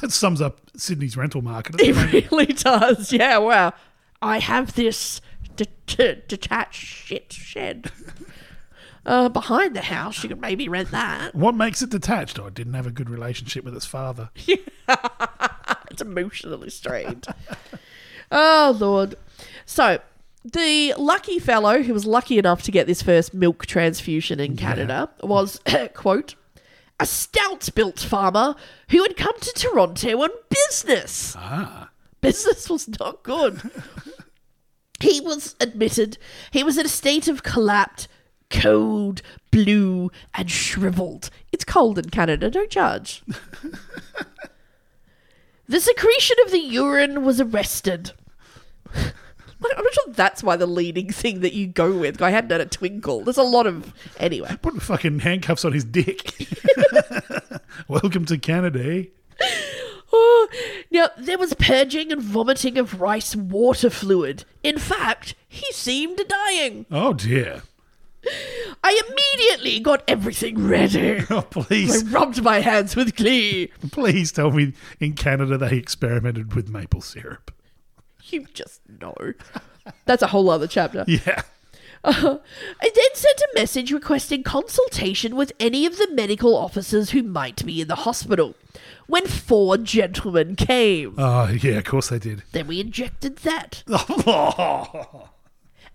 That sums up Sydney's rental market. at the moment. It really does. Yeah, wow. I have this de- de- detached shit shed uh, behind the house. You could maybe rent that. What makes it detached? Oh, it didn't have a good relationship with its father. It's emotionally strained. oh, Lord. So, the lucky fellow who was lucky enough to get this first milk transfusion in Canada was, quote, a stout built farmer who had come to Toronto on business. Business was not good. he was admitted he was in a state of collapse, cold, blue, and shriveled. It's cold in Canada, don't judge. The secretion of the urine was arrested. I'm not sure that's why the leading thing that you go with. I hadn't had a twinkle. There's a lot of anyway. Putting fucking handcuffs on his dick. Welcome to Canada. eh? Oh, Now there was purging and vomiting of rice water fluid. In fact, he seemed dying. Oh dear. I immediately got everything ready. Oh I please, rubbed my hands with glee. please tell me in Canada they experimented with maple syrup. You just know. That's a whole other chapter. Yeah. I then sent a message requesting consultation with any of the medical officers who might be in the hospital. When four gentlemen came, Oh yeah, of course they did. then we injected that. Oh,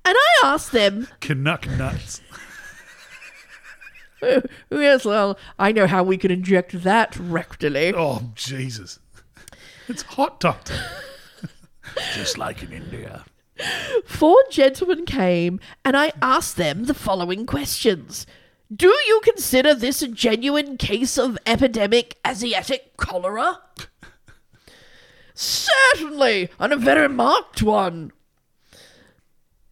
And I asked them, Canuck nuts. yes, well, I know how we can inject that rectally. Oh Jesus. It's hot doctor. Just like in India. Four gentlemen came, and I asked them the following questions Do you consider this a genuine case of epidemic Asiatic cholera? Certainly, and a very marked one.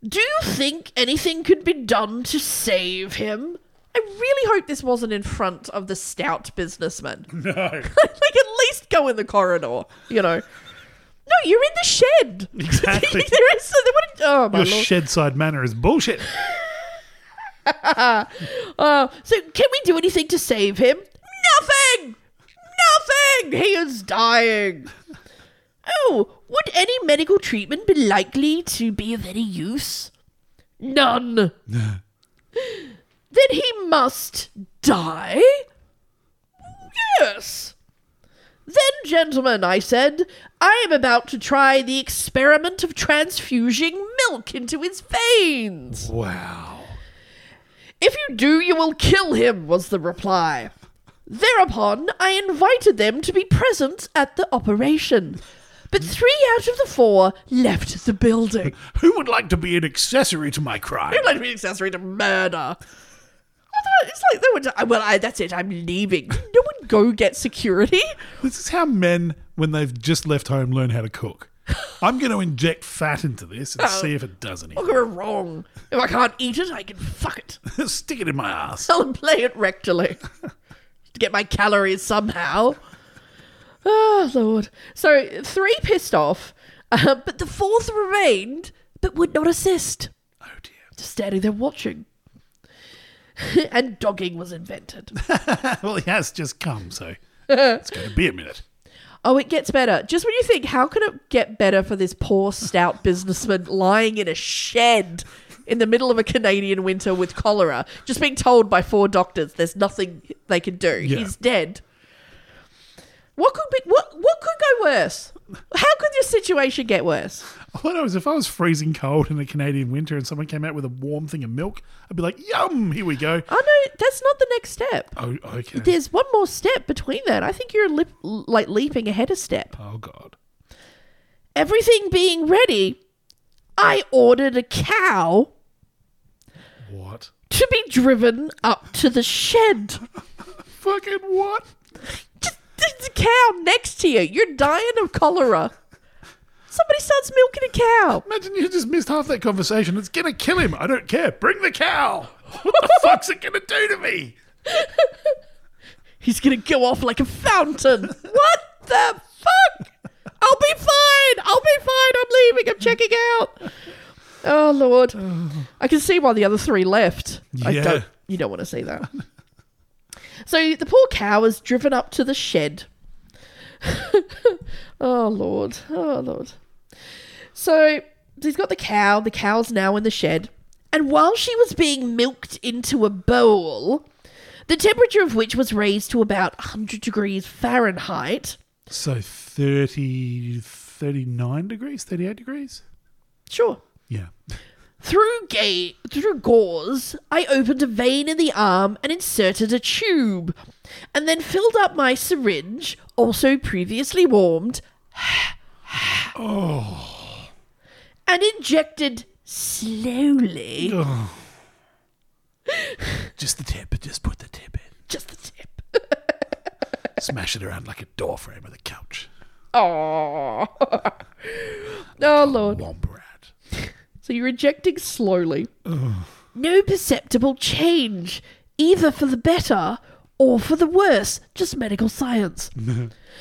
Do you think anything could be done to save him? I really hope this wasn't in front of the stout businessman. No. like, at least go in the corridor, you know. No, you're in the shed. Exactly. there is, what, oh, my Your lord. shedside manner is bullshit. Uh, so, can we do anything to save him? Nothing! Nothing! He is dying! Oh, would any medical treatment be likely to be of any use? None. then he must die? Yes. Then, gentlemen, I said, I am about to try the experiment of transfusing milk into his veins. Wow. If you do, you will kill him, was the reply. Thereupon, I invited them to be present at the operation. But three out of the four left the building. Who would like to be an accessory to my crime? I'd like to be accessory to murder. It's like they were. Just, well, I, that's it. I'm leaving. No one go get security. This is how men, when they've just left home, learn how to cook. I'm going to inject fat into this and see if it does anything. We're wrong. If I can't eat it, I can fuck it. Stick it in my ass. I'll play it rectally to get my calories somehow. Oh, Lord. So, three pissed off, uh, but the fourth remained but would not assist. Oh dear. Just standing there watching. and dogging was invented. Well, he has just come, so it's going to be a minute. oh, it gets better. Just when you think, how can it get better for this poor, stout businessman lying in a shed in the middle of a Canadian winter with cholera, just being told by four doctors there's nothing they can do. Yeah. He's dead. What could be what what could go worse? How could this situation get worse? All I know is if I was freezing cold in a Canadian winter and someone came out with a warm thing of milk, I'd be like, yum, here we go. Oh no, that's not the next step. Oh, okay. There's one more step between that. I think you're lip, like leaping ahead a step. oh, God. Everything being ready, I ordered a cow What? to be driven up to the shed. Fucking what? Just there's a cow next to you. You're dying of cholera. Somebody starts milking a cow. Imagine you just missed half that conversation. It's going to kill him. I don't care. Bring the cow. What the fuck's it going to do to me? He's gonna go off like a fountain. what the fuck? I'll be fine. I'll be fine. I'm leaving. I'm checking out. Oh lord, I can see why the other three left. I Yeah. don't. You don't want to see that. so the poor cow is driven up to the shed. oh lord, oh lord. So he's got the cow. The cow's now in the shed, and while she was being milked into a bowl, the temperature of which was raised to about 100 degrees Fahrenheit. So 30, 39 degrees, 38 degrees? Sure. Yeah. Through gay, through gauze, I opened a vein in the arm and inserted a tube, and then filled up my syringe, also previously warmed, and injected slowly. Just the tip, just put the tip in. Just the tip. Smash it around like a door frame of the couch. Aww. oh lord. Womp rat. So you're ejecting slowly. No perceptible change, either for the better or for the worse. Just medical science.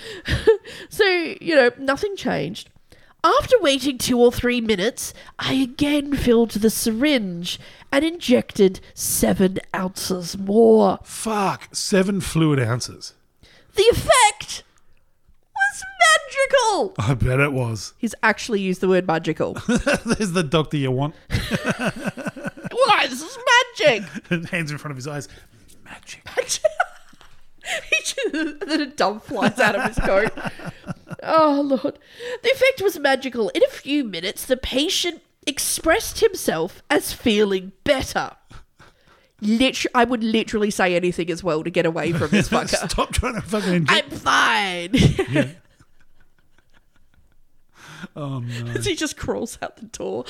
so, you know, nothing changed. After waiting two or three minutes, I again filled the syringe and injected seven ounces more. Fuck, seven fluid ounces. The effect was magical! I bet it was. He's actually used the word magical. There's the doctor you want. Why, this is magic! Hands in front of his eyes. Magic. he just, then a dove flies out of his coat. Oh, Lord. The effect was magical. In a few minutes, the patient expressed himself as feeling better. Liter- I would literally say anything as well to get away from this fucker. Stop trying to fucking I'm inject. fine. Oh, no. he just crawls out the door.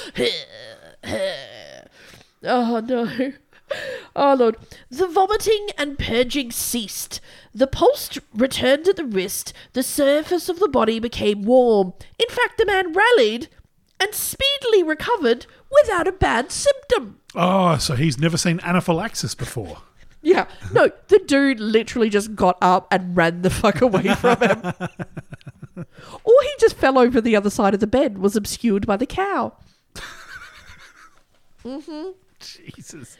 oh no. Oh lord. The vomiting and purging ceased. The pulse returned at the wrist. The surface of the body became warm. In fact, the man rallied and speedily recovered without a bad symptom. Oh, so he's never seen anaphylaxis before. Yeah. No, the dude literally just got up and ran the fuck away from him. or he just fell over the other side of the bed, was obscured by the cow. Jesus.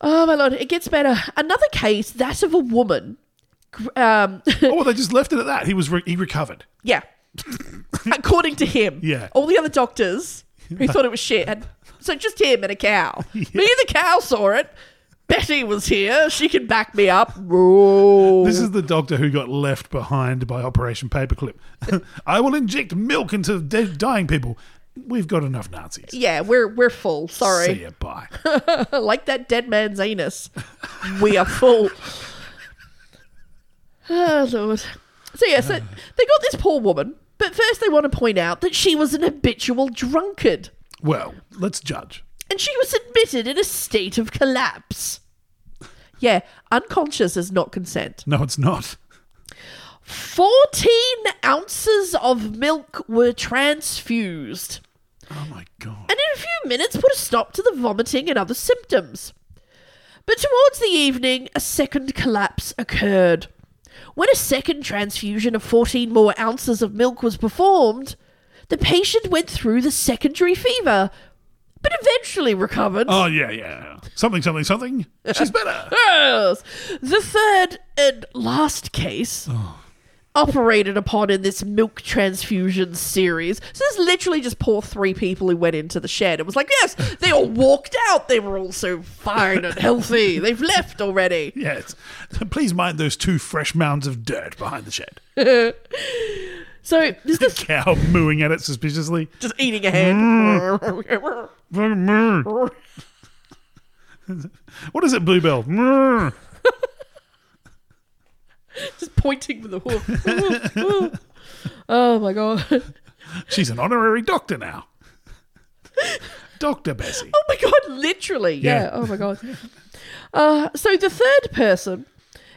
Oh my lord, it gets better. Another case, that of a woman. Gr- Um, Oh, they just left it at that. He was re- he recovered. yeah, according to him. Yeah. all the other doctors who thought it was shit had so just him and a cow. Me, the cow saw it. Betty was here. She can back me up. Whoa. This is the doctor who got left behind by Operation Paperclip. I will inject milk into dead, dying people. We've got enough Nazis. yeah, we're we're full. See Sorry, ya, bye. like that dead man's anus. we are full. Oh lord. So yeah, so they got this poor woman, but first they want to point out that she was an habitual drunkard. well, let's judge. and she was admitted in a state of collapse. Yeah, unconscious is not consent. No, it's not. 14 ounces of milk were transfused, Oh my god. and in a few minutes put a stop to the vomiting and other symptoms. But towards the evening, a second collapse occurred. When a second transfusion of 14 more ounces of milk was performed, the patient went through the secondary fever, but eventually recovered. Oh yeah, yeah. Something, something, something. She's better. Yes. The third and last case operated upon in this milk transfusion series. So there's literally just poor three people who went into the shed. It was like, yes, they all walked out. They were all so fine and healthy. They've left already. yes. Please mind those two fresh mounds of dirt behind the shed. So this is Cow mooing at it suspiciously. just eating a hand. Fucking moo. what is it, Bluebell? Moo. just pointing with the hoof. oh my god. Oh She's an honorary doctor now. Dr. Bessie. Oh my god, literally. Yeah. Yeah. Oh my god. Uh, so the third person,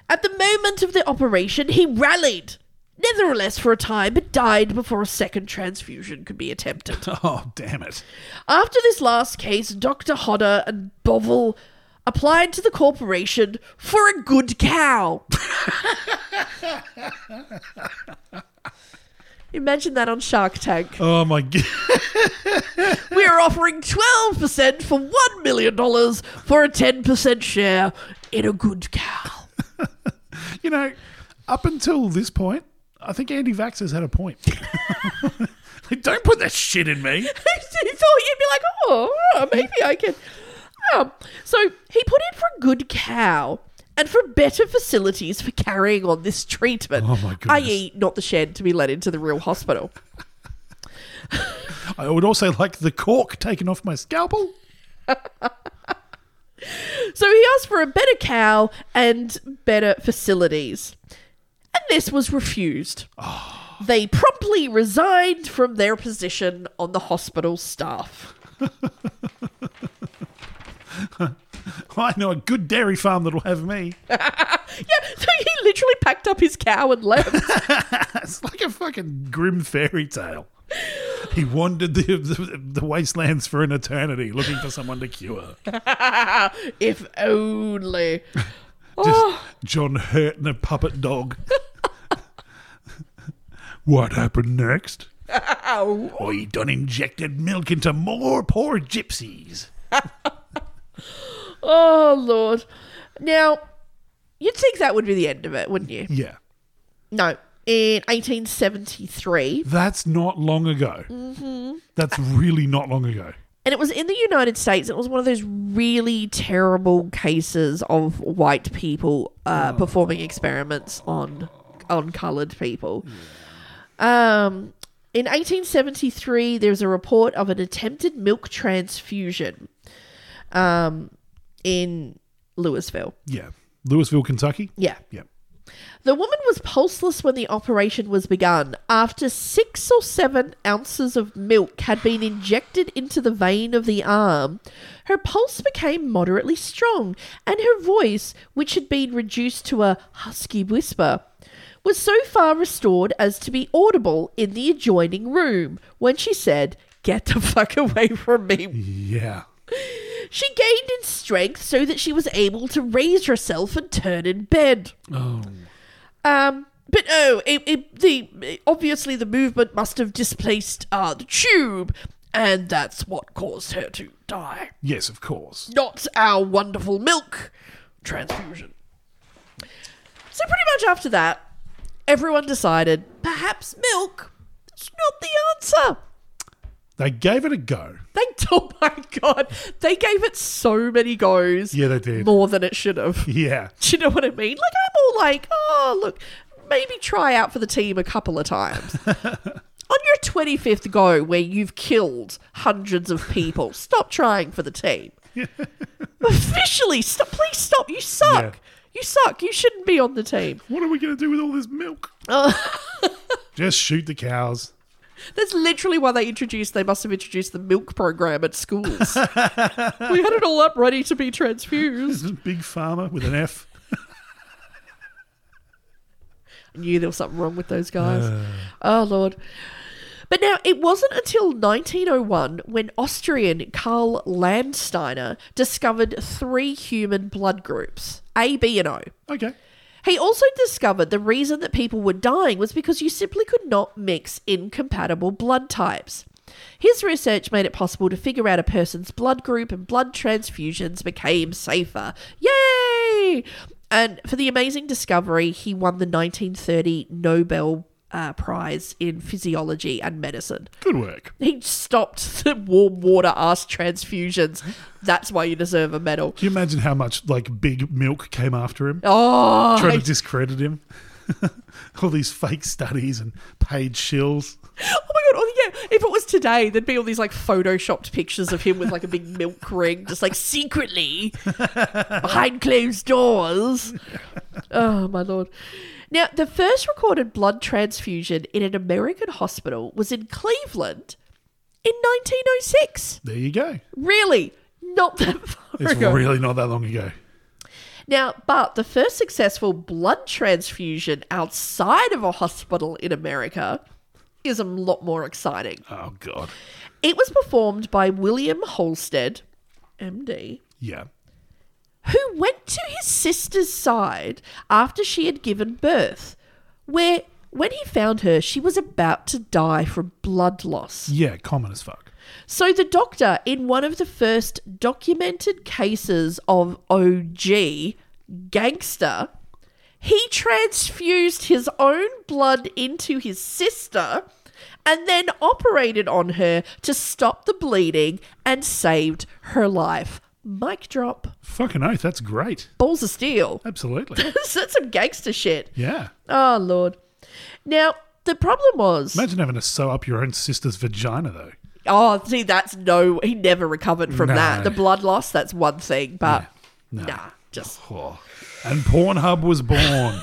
at the moment of the operation, he rallied, nevertheless for a time, but died before a second transfusion could be attempted. Oh, damn it. After this last case, Dr. Hodder and Bovill applied to the corporation for a good cow. Imagine that on Shark Tank. Oh, my God. We are offering 12% for $1 million for a 10% share in a good cow. You know, up until this point, I think anti vaxxers had a point. like, don't put that shit in me. I thought you'd be like, oh, uh, maybe I can. Um, so he put in for a good cow and for better facilities for carrying on this treatment, Oh, my goodness. i.e., not the shed to be let into the real hospital. I would also like the cork taken off my scalpel. So he asked for a better cow and better facilities. And this was refused. They promptly resigned from their position on the hospital staff. I know a good dairy farm that'll have me. Yeah, so he literally packed up his cow and left. It's like a fucking grim fairy tale. He wandered the, the, the wastelands for an eternity looking for someone to cure. if only. Oh, Just John Hurt and a puppet dog. what happened next? Oh, he done injected milk into more poor gypsies. Oh, Lord. Now, you'd think that would be the end of it, wouldn't you? Yeah. No. In 1873, That's not long ago. That's really not long ago. and it was in the United States. It was one of those really terrible cases of white people uh, performing experiments on on coloured people. Um, in 1873, there's a report of an attempted milk transfusion um, in Louisville. Yeah. Louisville, Kentucky? Yeah. Yeah. The woman was pulseless when the operation was begun, after six or seven ounces of milk had been injected into the vein of the arm. Her pulse became moderately strong, and her voice, which had been reduced to a husky whisper, was so far restored as to be audible in the adjoining room when she said, Get the fuck away from me, Yeah. she gained in strength so that she was able to raise herself and turn in bed. Oh. Um, but oh, it, it, the obviously the movement must have displaced uh, the tube, and that's what caused her to die. Yes, of course. Not our wonderful milk transfusion. So pretty much after that, everyone decided perhaps milk is not the answer. They gave it a go. They, oh my god, they gave it so many goes. Yeah, they did. More than it should have. Yeah. Do you know what I mean? Like, I'm all like, oh, look, maybe try out for the team a couple of times. On your 25th go, where you've killed hundreds of people, stop trying for the team. Officially, stop, please stop. You suck. Yeah. You suck. You shouldn't be on the team. What are we going to do with all this milk? Just shoot the cows. That's literally why they introduced, they must have introduced the milk program at schools. we had it all up ready to be transfused. This is Big Farmer with an F. knew there was something wrong with those guys. oh lord. But now it wasn't until 1901 when Austrian Karl Landsteiner discovered three human blood groups, A, B, and O. Okay. He also discovered the reason that people were dying was because you simply could not mix incompatible blood types. His research made it possible to figure out a person's blood group, and blood transfusions became safer. Yay! And for the amazing discovery, he won the 1930 Nobel uh, Prize in Physiology and Medicine. Good work. He stopped the warm water ass transfusions. That's why you deserve a medal. Can you imagine how much like big milk came after him, Oh, trying to discredit him? all these fake studies and paid shills. Oh my god! Oh yeah, if it was today, there'd be all these like photoshopped pictures of him with like a big milk ring, just like secretly behind closed doors. Oh my lord! Now, the first recorded blood transfusion in an American hospital was in Cleveland in 1906. There you go. Really, not that far It's ago. really not that long ago. Now, but the first successful blood transfusion outside of a hospital in America is a lot more exciting. Oh god. It was performed by William Holstead, MD, Yeah. who went to his sister's side after she had given birth, where when he found her, she was about to die from blood loss. Yeah. Common as fuck. So the doctor, in one of the first documented cases of OG gangster, He transfused his own blood into his sister and then operated on her to stop the bleeding and saved her life. Mic drop. Fucking oath, that's great. Balls of steel. Absolutely. That's some gangster shit. Yeah. Oh, Lord. Now, the problem was. Imagine having to sew up your own sister's vagina, though. Oh, see, that's no. He never recovered from No. that. The blood loss, that's one thing, but No. nah, just. Oh. And Pornhub was born.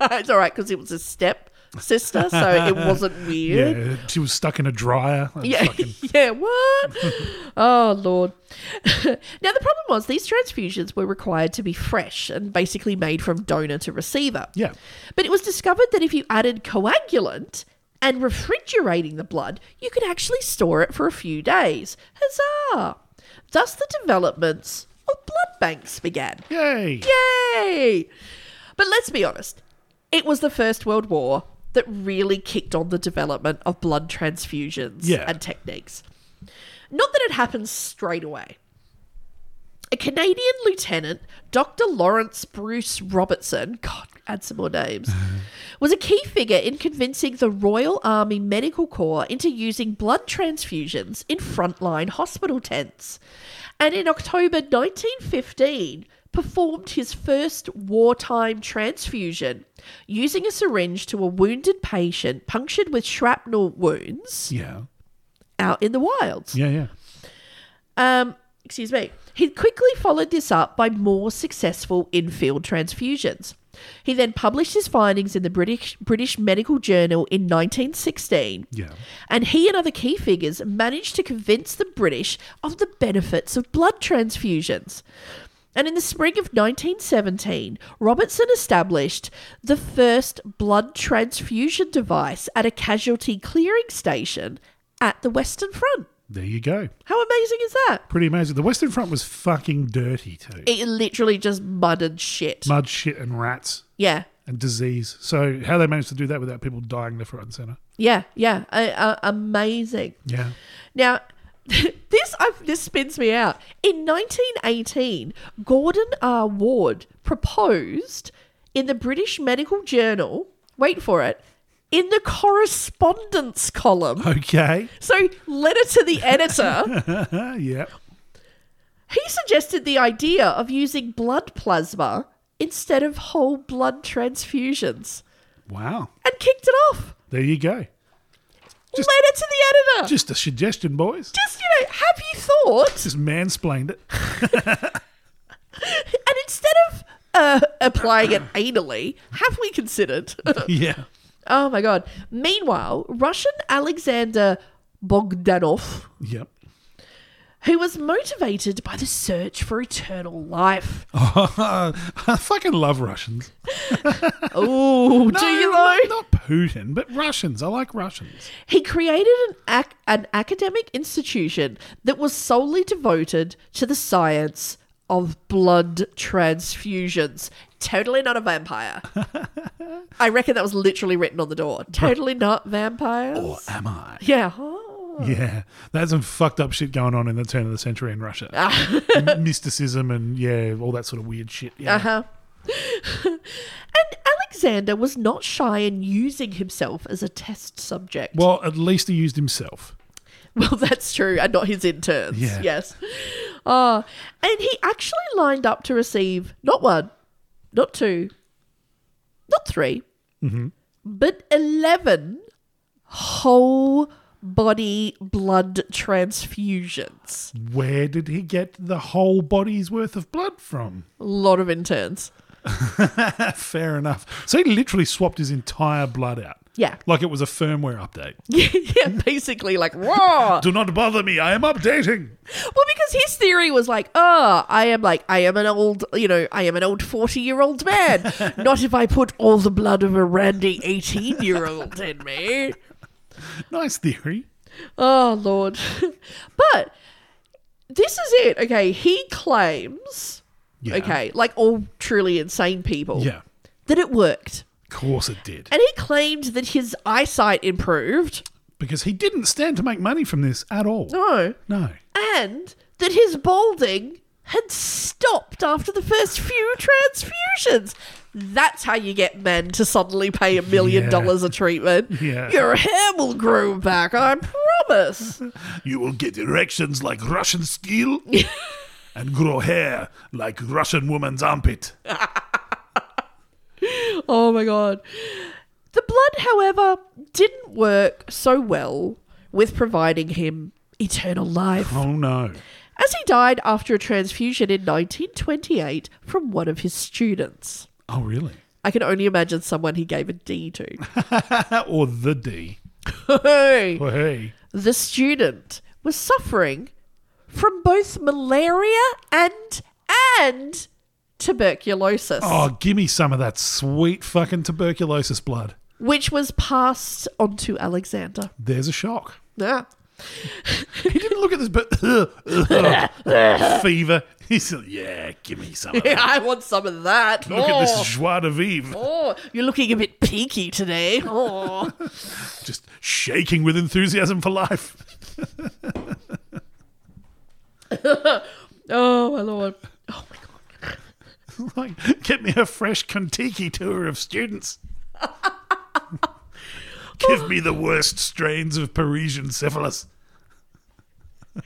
it's all right because it was a step sister, so it wasn't weird. yeah. She was stuck in a dryer. That's Yeah, fucking- yeah, what? oh, Lord. now, the problem was these transfusions were required to be fresh and basically made from donor to receiver. yeah. But it was discovered that if you added coagulant and refrigerating the blood, you could actually store it for a few days. Huzzah! Thus, the developments of blood banks began. Yay. Yay! But let's be honest, it was the First World War that really kicked on the development of blood transfusions Yeah. and techniques. Not that it happened straight away. A Canadian lieutenant, Dr. Lawrence Bruce Robertson, God, add some more names, was a key figure in convincing the Royal Army Medical Corps into using blood transfusions in frontline hospital tents. And in October 1915, performed his first wartime transfusion using a syringe to a wounded patient punctured with shrapnel wounds Yeah. out in the wilds. Yeah. Yeah. Um, excuse me. He quickly followed this up by more successful in-field transfusions. He then published his findings in the British British Medical Journal in 1916. Yeah. And he and other key figures managed to convince the British of the benefits of blood transfusions. And in the spring of 1917, Robertson established the first blood transfusion device at a casualty clearing station at the Western Front. There you go. How amazing is that? Pretty amazing. The Western Front was fucking dirty, too. It literally just mud and shit. Mud, shit, and rats yeah. and disease. So, how they managed to do that without people dying left, right, and center. Yeah. Yeah. Uh, uh, amazing. Yeah. Now, this i this spins me out. In 1918, Gordon R. Ward proposed in the British Medical Journal. Wait for it. In the correspondence column, Okay. so letter to the editor, Uh, yeah. he suggested the idea of using blood plasma instead of whole blood transfusions Wow. and kicked it off. There you go. Just- letter to the editor. Just a suggestion, boys. Just, you know, have you thought? Just mansplained it. And instead of uh, applying it anally, have we considered? Yeah. oh my God. Meanwhile, Russian Alexander Bogdanov, Yep. who was motivated by the search for eternal life. I fucking love Russians. Oh, do you know? Not, not Putin, but Russians. I like Russians. He created an, ac- an academic institution that was solely devoted to the science of blood transfusions. Totally not a vampire. I reckon that was literally written on the door. Totally not vampires. Or am I? Yeah. Oh. Yeah. That's some fucked up shit going on in the turn of the century in Russia. M- Mysticism and, yeah, all that sort of weird shit. Yeah. Uh-huh. and Alexander was not shy in using himself as a test subject. Well, at least he used himself. Well, that's true, and not his interns. Yeah. Yes. Uh, and he actually lined up to receive not one, not two, not 3 but 11 whole body blood transfusions. Mm. Where did he get the whole body's worth of blood from? A lot of interns. Fair enough. So he literally swapped his entire blood out. Yeah. Like it was a firmware update. yeah, basically, like, raw. Do not bother me. I am updating. Well, because his theory was like, oh, I am like, I am an old, you know, I am an old 40 year old man. Not if I put all the blood of a randy 18 year old in me. Nice theory. Oh, Lord. but this is it. Okay. He claims, Yeah. okay, like all truly insane people, Yeah. that it worked. Of course it did. And he claimed that his eyesight improved. Because he didn't stand to make money from this at all. No. No. And that his balding had stopped after the first few transfusions. That's how you get men to suddenly pay a million Yeah. dollars a treatment. Yeah. Your hair will grow back, I promise. You will get erections like Russian steel and grow hair like Russian woman's armpit. Oh my god. The blood, however, didn't work so well with providing him eternal life. Oh no. As he died after a transfusion in 1928 from one of his students. Oh really? I can only imagine someone he gave a D or the D. to. Well, hey. the student was suffering from both malaria and and tuberculosis, Oh, give me some of that sweet fucking tuberculosis blood. which was passed on to Alexander. There's a shock. Yeah. He didn't look at this, but fever. He said, "Yeah, give me some." Of that. I want some of that. Look at Oh, this joie de vivre, oh, you're looking a bit peaky today. Oh. just shaking with enthusiasm for life. oh my lord. Oh my god. like, get me a fresh Kentucky tour of students. Give me the worst strains of Parisian syphilis. I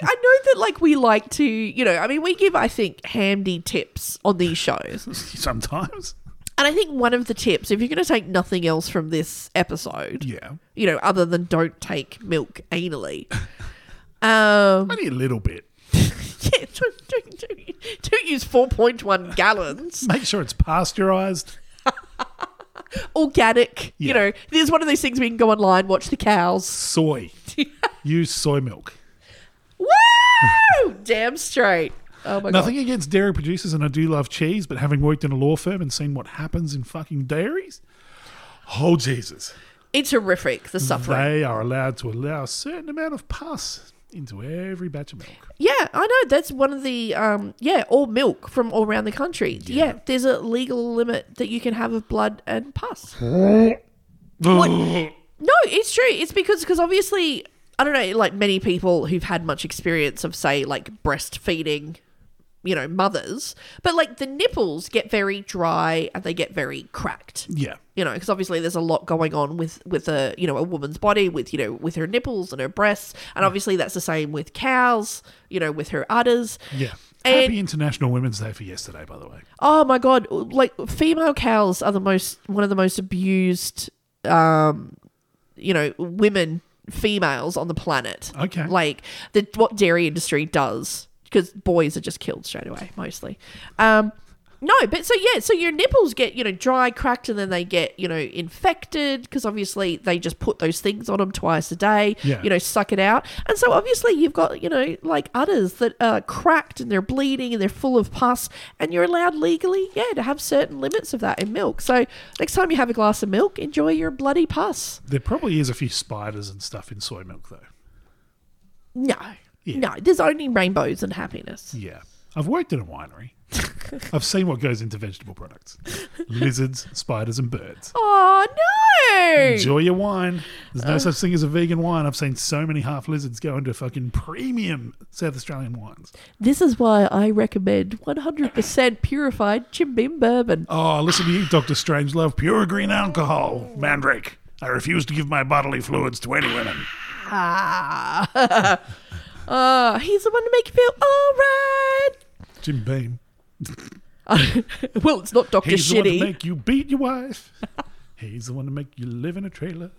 like I know that like we like to, you know, I mean we give I think handy tips on these shows. Sometimes, And I think one of the tips, if you're going to take nothing else from this episode, yeah, you know, other than don't take milk anally, um, only a little bit. yeah, don't, don't, don't, don't use 4.1 gallons. Make sure it's pasteurized. Organic, Yeah. you know, there's one of those things we can go online, watch the cows. Soy. Use soy milk. Woo! Damn straight. Oh my Nothing against dairy producers, and I do love cheese, but having worked in a law firm and seen what happens in fucking dairies, oh Jesus, God. It's horrific, the suffering. they are allowed to allow a certain amount of pus into every batch of milk. Yeah, I know. That's one of the um yeah, all milk from all around the country. Yeah, there's a legal limit that you can have of blood and pus. What- No, it's true. It's because because obviously I don't know, like many people who've had much experience of say like breastfeeding, you know, mothers, but like the nipples get very dry and they get very cracked Yeah, you know because obviously there's a lot going on with with a you know a woman's body with you know with her nipples and her breasts and obviously that's the same with cows you know with her udders yeah. And- Happy International Women's Day for yesterday, by the way. oh my god like female cows are the most one of the most abused um you know women females on the planet Okay. like the what dairy industry does because boys are just killed straight away mostly um no but so yeah so your nipples get you know dry cracked and then they get you know infected because obviously they just put those things on them twice a day Yeah. you know suck it out and so obviously you've got you know like udders that are cracked and they're bleeding and they're full of pus and you're allowed legally yeah to have certain limits of that in milk so next time you have a glass of milk enjoy your bloody pus There probably is a few spiders and stuff in soy milk, though. no no there's only rainbows and happiness Yeah, I've worked in a winery. I've seen what goes into vegetable products: lizards, spiders, and birds. Oh no! Enjoy your wine. There's no such thing as a vegan wine. I've seen so many half lizards go into fucking premium South Australian wines. This is why I recommend 100% purified Jim Beam bourbon. Oh, listen to you, Doctor Strangelove. Pure green alcohol, mandrake. I refuse to give my bodily fluids to any women. Ah. Ah, he's the one to make you feel all Jim Beam. right. well, it's not Doctor He's the one Shitty. to make you beat your wife. He's the one to make you live in a trailer.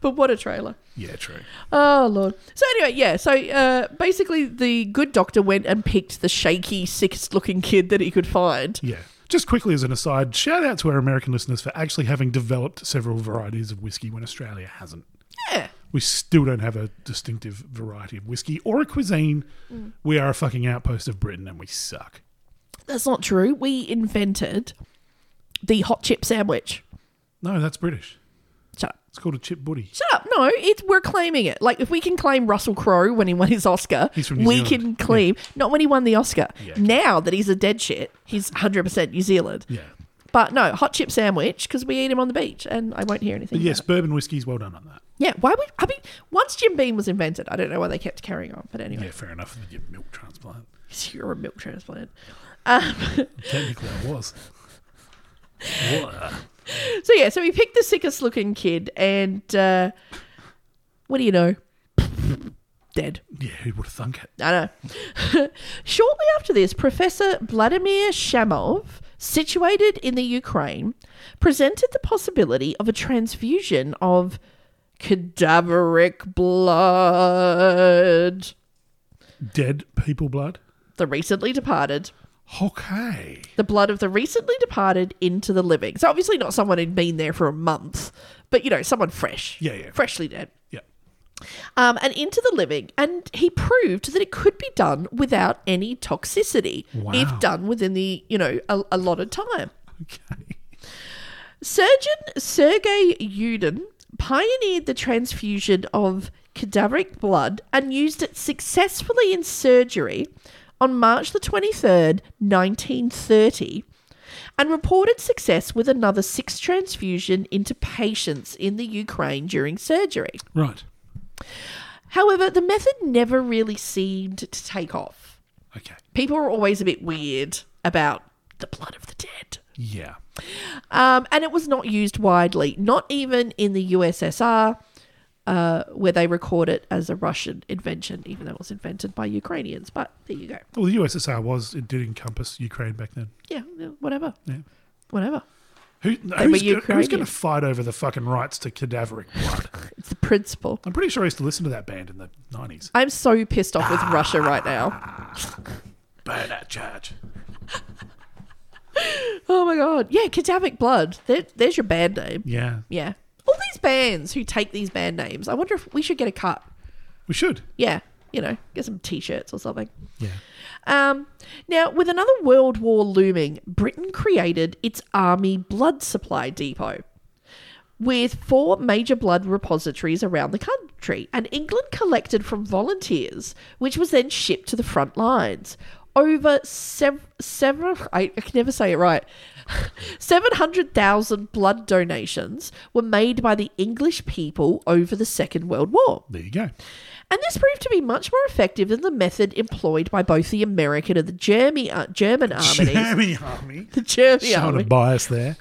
but what a trailer. Yeah, true. Oh lord. So anyway, yeah. So uh, basically, the good doctor went and picked the shaky, sickest-looking kid that he could find. Yeah. Just quickly as an aside, shout out to our American listeners for actually having developed several varieties of whiskey when Australia hasn't. Yeah. We still don't have a distinctive variety of whiskey or a cuisine. Mm. We are a fucking outpost of Britain and we suck. That's not true. We invented the hot chip sandwich. No, that's British. Shut up. It's called a chip buddy. Shut up. No, it's we're claiming it. Like if we can claim Russell Crowe when he won his Oscar, He's from New we Zealand. can claim not when he won the Oscar. Yeah. Now that he's a dead shit, he's 100% New Zealand. Yeah. But no, hot chip sandwich because we eat him on the beach and I won't hear anything. But about yes, it. bourbon whiskey's well done on that. Yeah, why would I mean once Jim Beam was invented, I don't know why they kept carrying on, but anyway. Yeah, fair enough. Your milk transplant. You're a milk transplant. Um, Technically, I was. So yeah, so he picked the sickest looking kid, and uh, what do you know? Dead. Yeah, who would have thunk it? I know. Shortly after this, Professor Vladimir Shamov, situated in the Ukraine, presented the possibility of a transfusion of cadaveric blood. Dead people blood. The recently departed. Okay. the blood of the recently departed into the living. So obviously not someone who'd been there for a month, but you know, someone fresh. Yeah, yeah. Freshly dead. Yeah. Um, and into the living. And he proved that it could be done without any toxicity Wow. if done within the, you know, a, a lot of time. Okay. Surgeon Sergei Yudin pioneered the transfusion of cadaveric blood and used it successfully in surgery on March the 23rd, 1930, and reported success with another six transfusion into patients in the Ukraine during surgery. Right. However, the method never really seemed to take off. Okay. People were always a bit weird about the blood of the dead. Yeah. Um, and it was not used widely, not even in the USSR, uh, where they record it as a Russian invention, even though it was invented by Ukrainians. But there you go. Well, the USSR was it did encompass Ukraine back then. Yeah, yeah, whatever. Yeah. Whatever. Who, who's, were go- who's going Ukrainian. to fight over the fucking rights to cadaveric blood? It's the principle. I'm pretty sure I used to listen to that band in the 90s. I'm so pissed off with Russia right now. Burn that church. Oh my God. Yeah, cadaveric blood. There, there's your band name. Yeah. Yeah. All these bands who take these band names, I wonder if we should get a cut. We should. Yeah, you know, get some t shirts or something. Yeah. Um, now, with another world war looming, Britain created its army blood supply depot with four major blood repositories around the country, and England collected from volunteers, which was then shipped to the front lines. Over sev- several, I, I can never say it right, 700,000 blood donations were made by the English people over the Second World War. There you go. And this proved to be much more effective than the method employed by both the American and the German, uh, German armies. Jammy Army. The German Showing a army. bias there.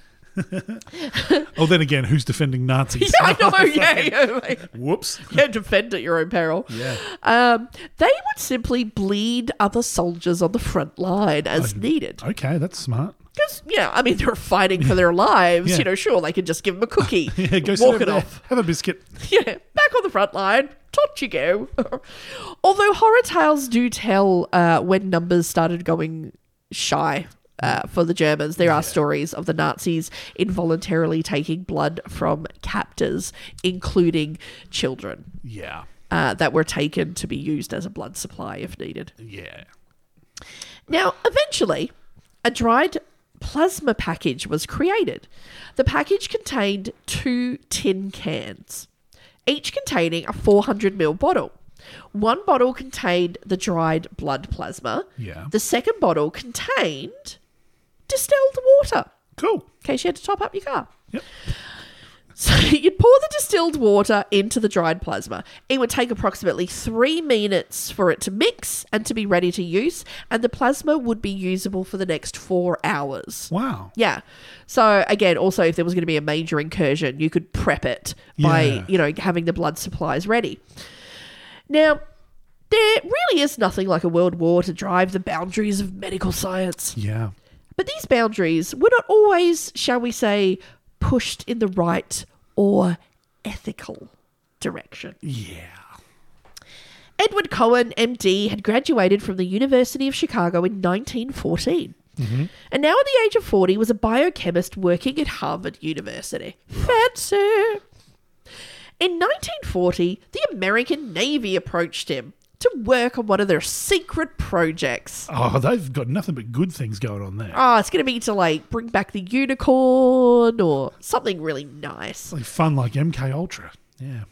oh, then again, who's defending Nazis? I know, yeah, yeah. like, Whoops. you can't defend at your own peril. Yeah. Um, they would simply bleed other soldiers on the front line as needed. Okay, that's smart. Because, yeah, I mean, they're fighting for their lives. Yeah. You know, sure, they could just give them a cookie, Yeah, go sit walk over it there, off. Have a biscuit. yeah, back on the front line. Tot you go. Although horror tales do tell uh, when numbers started going shy uh, for the Germans, there are stories of the Nazis involuntarily taking blood from captors, including children, Yeah. uh, that were taken to be used as a blood supply if needed. Yeah. Now, eventually, a dried plasma package was created. The package contained two tin cans, each containing a 400ml bottle. One bottle contained the dried blood plasma. Yeah. The second bottle contained distilled water Cool. in case you had to top up your car. Yep. So you'd pour the distilled water into the dried plasma. It would take approximately three minutes for it to mix and to be ready to use, and the plasma would be usable for the next four hours. Wow. Yeah. So again, also if there was going to be a major incursion, you could prep it Yeah. by, you know, having the blood supplies ready. Now, there really is nothing like a world war to drive the boundaries of medical science. Yeah. But these boundaries were not always, shall we say, pushed in the right or ethical direction. Yeah. Edward Cohen, MD, had graduated from the University of Chicago in 1914. And now, at the age of 40, was a biochemist working at Harvard University. Fancy! In 1940, the American Navy approached him to work on one of their secret projects. Oh, they've got nothing but good things going on there. oh, it's going to be to like bring back the unicorn or something really nice. Like fun like MK Ultra. Yeah.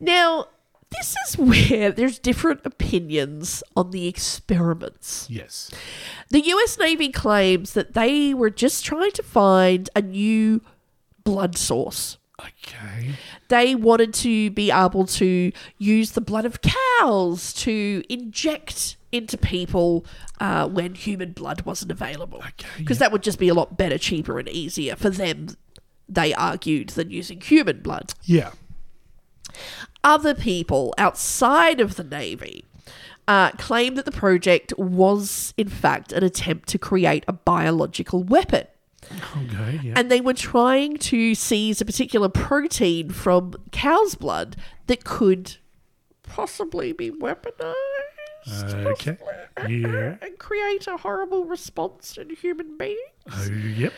Now, this is where there's different opinions on the experiments. Yes. The US Navy claims that they were just trying to find a new blood source. Okay. They wanted to be able to use the blood of cows to inject into people uh, when human blood wasn't available. Because that would just be a lot better, cheaper, and easier for them, they argued, than using human blood Yeah. other people outside of the Navy uh, claimed that the project was, in fact, an attempt to create a biological weapon. Okay. Yeah. And they were trying to seize a particular protein from cow's blood that could possibly be weaponized. Okay. Yeah. And create a horrible response in human beings. Oh, yep.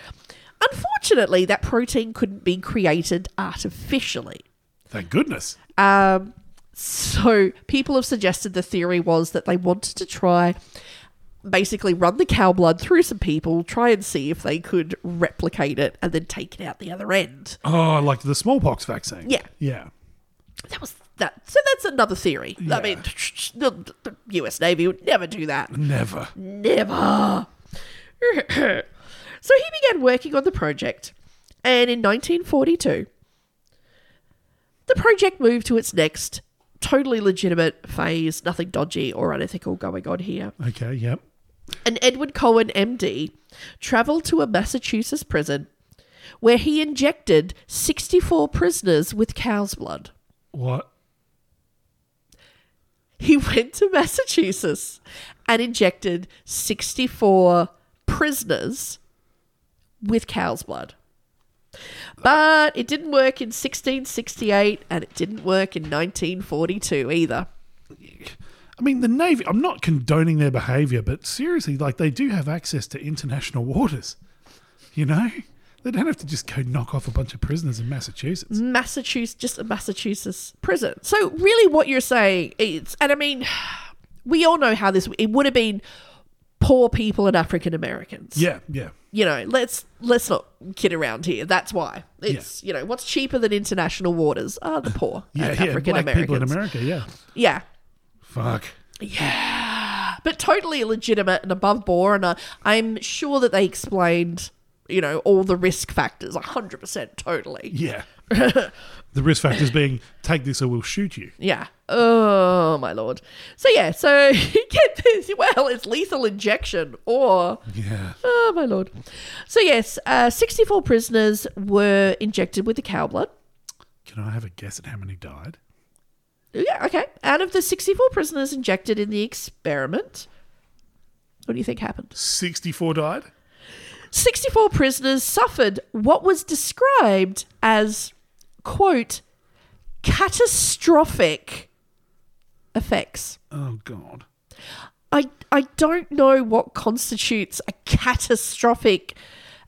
Unfortunately, that protein couldn't be created artificially. Thank goodness. Um, so people have suggested the theory was that they wanted to try basically run the cow blood through some people, try and see if they could replicate it and then take it out the other end. Oh, like the smallpox vaccine. Yeah. Yeah. That was that. So that's another theory. I mean, the the US Navy would never do that. Never. Never. so he began working on the project, and in 1942, the project moved to its next totally legitimate phase, nothing dodgy or unethical going on here. Okay. Yep. And Edward Cohen, MD, travelled to a Massachusetts prison where he injected 64 prisoners with cow's blood. What? he went to Massachusetts and injected 64 prisoners with cow's blood. But it didn't work in 1668 and it didn't work in 1942 either. I mean, the Navy, I'm not condoning their behavior, but seriously, like they do have access to international waters. You know? They don't have to just go knock off a bunch of prisoners in Mm. Massachusetts. Massachusetts, just a Massachusetts prison. So, really, what you're saying is, and I mean, we all know how this, it would have been poor people and African Americans. Yeah. Yeah. you know, let's let's not kid around here. That's why it's you know what's cheaper than international waters are the poor Yeah. and yeah. African Black people in Americans. America. Yeah. yeah, Fuck. but totally legitimate and above board. And uh, I'm sure that they explained you know all the risk factors, hundred percent, totally. Yeah. the risk factors being take this or we'll shoot you. Yeah. Oh my lord. So yeah. So get this. Well, it's lethal injection or Yeah. Oh, my lord. So, yes, uh, 64 prisoners were injected with the cow blood. Can I have a guess at how many died? Yeah, okay. Out of the 64 prisoners injected in the experiment, what do you think happened? 64 died? 64 prisoners suffered what was described as, quote, catastrophic effects. Oh, God. I, I don't know what constitutes a catastrophic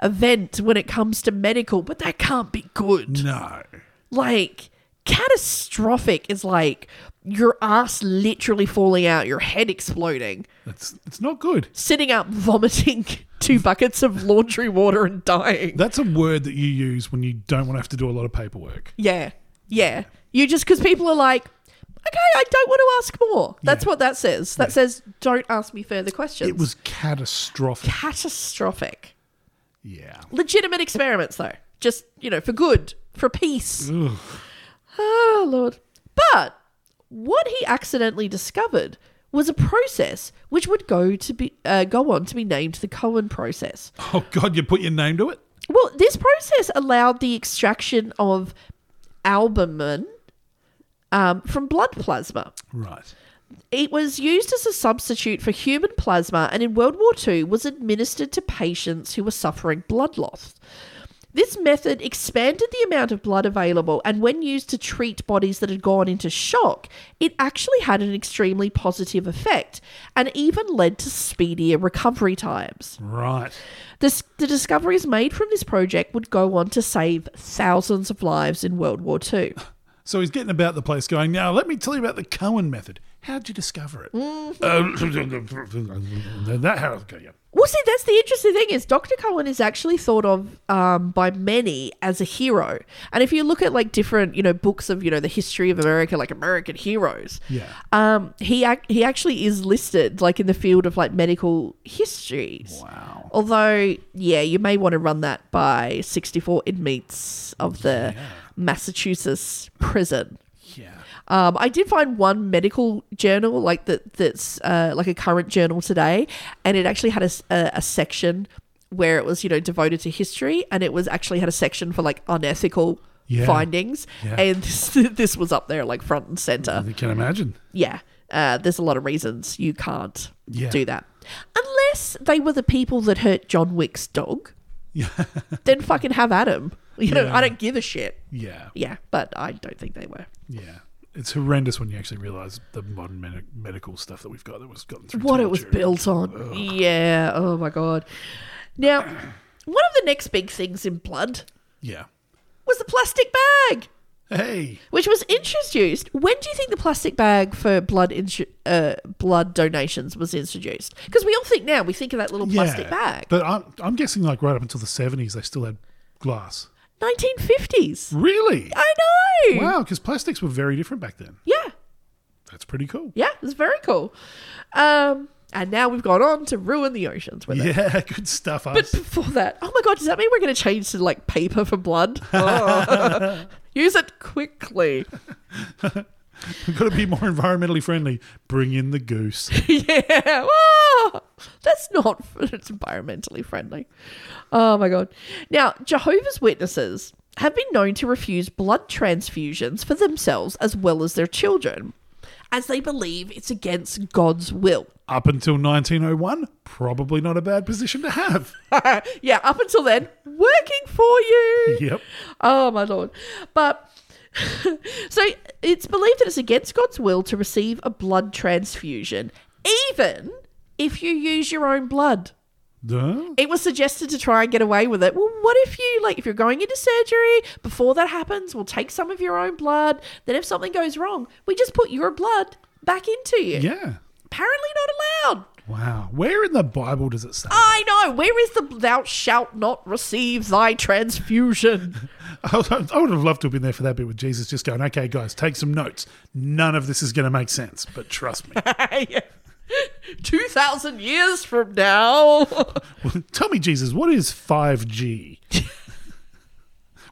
event when it comes to medical, but that can't be good. No. like catastrophic is like your ass literally falling out, your head exploding, That's, it's not good. sitting up vomiting two buckets of laundry water and dying. That's a word that you use when you don't want to have to do a lot of paperwork. Yeah. Yeah. You just because people are like, okay, I don't want to ask more. That's Yeah. what that says. That says don't ask me further questions. It was catastrophic. catastrophic. yeah. legitimate experiments though just you know for good for peace oh lord but what he accidentally discovered was a process which would go to be uh, go on to be named the cohen process Oh, God, you put your name to it? well this process allowed the extraction of albumin um, from blood plasma Right. it was used as a substitute for human plasma and in World War II was administered to patients who were suffering blood loss. This method expanded the amount of blood available, and when used to treat bodies that had gone into shock, it actually had an extremely positive effect and even led to speedier recovery times. Right. This, the discoveries made from this project would go on to save thousands of lives in World War II. So he's getting about the place going, now let me tell you about the Cohen method. How'd you discover it? Mm-hmm. Uh, that how okay, yeah. Well, see, that's the interesting thing is Dr. Cohen is actually thought of um, by many as a hero, and if you look at like different you know books of you know the history of America, like American heroes, Yeah. um, he ac- he actually is listed like in the field of like medical histories. Wow. Although, yeah, you may want to run that by sixty four inmates of the Massachusetts prison. Yeah. Um, I did find one medical journal, like that, that's uh, like a current journal today, and it actually had a, s- a- a section where it was you know devoted to history, and it was actually had a section for like unethical Yeah. findings, Yeah. Mm-hmm. and this, this was up there like front and center I can imagine. yeah, uh, there's a lot of reasons you can't Yeah. do that. Unless they were the people that hurt John Wick's dog. Yeah. then fucking have at 'em. You know, Yeah. I don't give a shit. Yeah. Yeah, but I don't think they were. Yeah. It's horrendous when you actually realize the modern medi medical stuff that we've got that was gotten through. What it was torture. built on. Yeah, oh my God. Now, one of the next big things in blood Yeah. was the plastic bag, Hey. which was introduced. When do you think the plastic bag for blood insu- uh, blood donations was introduced? Because we all think now, we think of that little plastic yeah. bag. But I'm, I'm guessing like right up until the 70s, they still had glass. 1950s. Really? I know. Wow, because plastics were very different back then. Yeah, That's pretty cool. yeah, it's very cool. Um, and now we've gone on to ruin the oceans with it. Yeah, good stuff. But Us. before that, oh my god, does that mean we're going to change to like paper for blood? Oh. Use it quickly. We've got to be more environmentally friendly. Bring in the goose. yeah. Ah, that's not it's environmentally friendly. Oh my god. Now, Jehovah's Witnesses have been known to refuse blood transfusions for themselves as well as their children, as they believe it's against God's will. Up until 1901, probably not a bad position to have. yeah, up until then, working for you. Yep. Oh my lord. But so it's believed that it's against God's will to receive a blood transfusion, even if you use your own blood. Duh. It was suggested to try and get away with it. Well, what if you like if you're going into surgery, before that happens, we'll take some of your own blood. Then if something goes wrong, we just put your blood back into you. Yeah. Apparently not allowed. Wow. Where in the Bible does it say? I know. Where is the thou shalt not receive thy transfusion? I would I would have loved to have been there for that bit with Jesus just going, okay, guys, take some notes. None of this is going to make sense, but trust me. 2,000 years from now. Tell me, Jesus, what is 5G?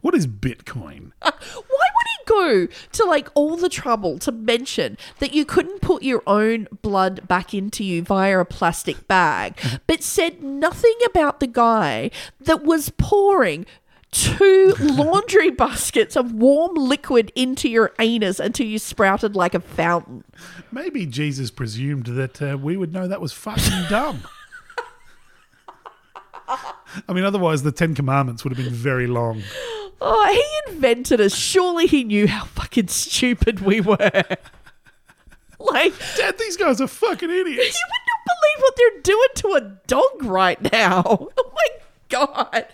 what is Bitcoin? Why would he go to like all the trouble to mention that you couldn't put your own blood back into you via a plastic bag, but said nothing about the guy that was pouring two laundry baskets of warm liquid into your anus until you sprouted like a fountain? Maybe Jesus presumed that uh, we would know that was fucking dumb. I mean, otherwise, the Ten Commandments would have been very long. Oh, he invented us. Surely he knew how fucking stupid we were. like, Dad, these guys are fucking idiots. you would not believe what they're doing to a dog right now. Oh my god.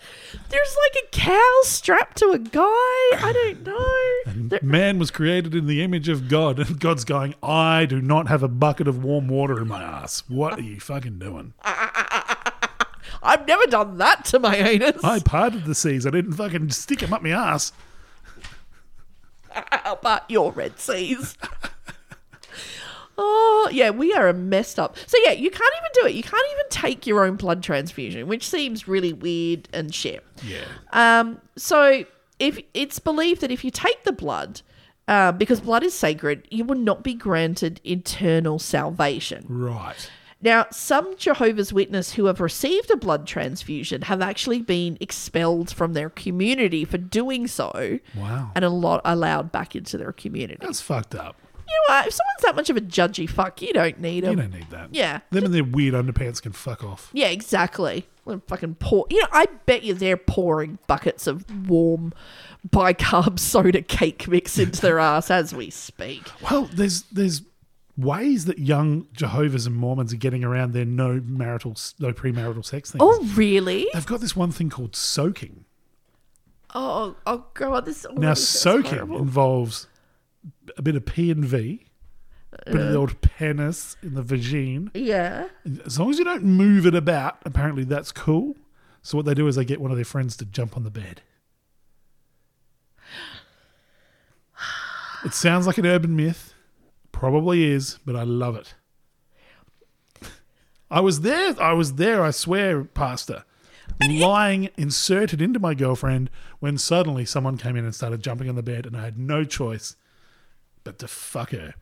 There's like a cow strapped to a guy. I don't know. They're- Man was created in the image of God, and God's going, I do not have a bucket of warm water in my ass. What are you fucking doing? I've never done that to my anus. I parted the seas. I didn't fucking stick them up my ass. How about your Red Seas? Oh, yeah, we are a messed up. So, yeah, you can't even do it. You can't even take your own blood transfusion, which seems really weird and shit. Yeah. Um, so if it's believed that if you take the blood, uh, because blood is sacred, you will not be granted eternal salvation. Right. Now, some Jehovah's Witness who have received a blood transfusion have actually been expelled from their community for doing so, Wow. and a lot allowed back into their community. That's fucked up. You know what? If someone's that much of a judgy fuck, you don't need You them. don't need that. Yeah. Them and their weird underpants can fuck off. Yeah, exactly. Little fucking pour. You know, I bet you they're pouring buckets of warm bicarb soda cake mix into their ass as we speak. Well, there's there's ways that young Jehovah's and Mormons are getting around their no marital, no premarital sex thing. Oh, really? They've got this one thing called soaking. Oh, oh god, this. already Now, sounds soaking horrible. involves a bit of P and V, a bit of the old penis in the vagine. Yeah. As long as you don't move it about, apparently that's cool. So what they do is they get one of their friends to jump on the bed. It sounds like an urban myth. Probably is, but I love it. I was there. I was there. I swear, Pastor, lying inserted into my girlfriend when suddenly someone came in and started jumping on the bed, and I had no choice but to fuck her.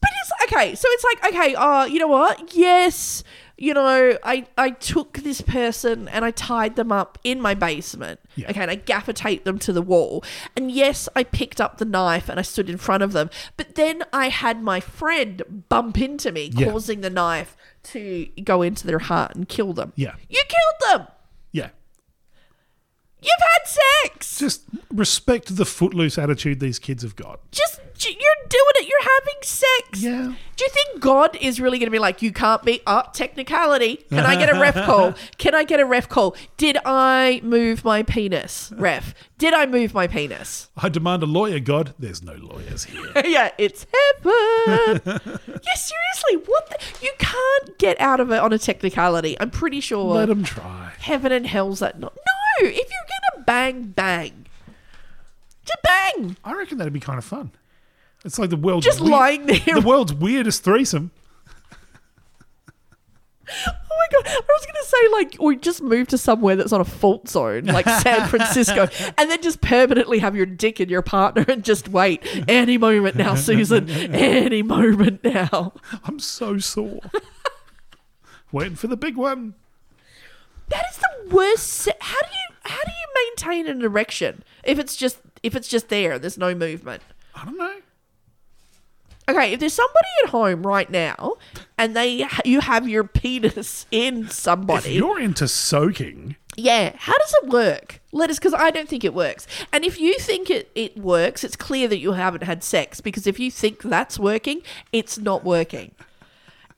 But it's okay. So it's like okay. Uh, you know what? Yes. You know, I I took this person and I tied them up in my basement. Yeah. Okay, and I gaffer taped them to the wall. And yes, I picked up the knife and I stood in front of them. But then I had my friend bump into me, Yeah. causing the knife to go into their heart and kill them. Yeah. You killed them. Yeah. You've had sex. Just respect the footloose attitude these kids have got. Just j- you're doing it. You're having sex. Yeah. Do you think God is really going to be like, you can't be up technicality? Can I get a ref call? Can I get a ref call? Did I move my penis? Ref, did I move my penis? I demand a lawyer, God. There's no lawyers here. yeah, it's heaven. yeah, seriously, what? The- you can't get out of it on a technicality. I'm pretty sure Let them try. heaven and hell's that not. No, if you're going to bang, bang. To bang. I reckon that'd be kind of fun. It's like the world's Just lying there. The world's weirdest threesome. Oh my god! I was gonna say like or just move to somewhere that's on a fault zone, like San Francisco, and then just permanently have your dick in your partner and just wait any moment now, Susan, any moment now. I'm so sore. Waiting for the big one. That is the worst. se- How do you how do you maintain an erection if it's just if it's just there? There's no movement. I don't know. Okay, if there's somebody at home right now and they you have your penis in If somebody, you're into soaking, Yeah, how does it work? Let us, because I don't think it works. And if you think it, it works, it's clear that you haven't had sex because if you think that's working, it's not working.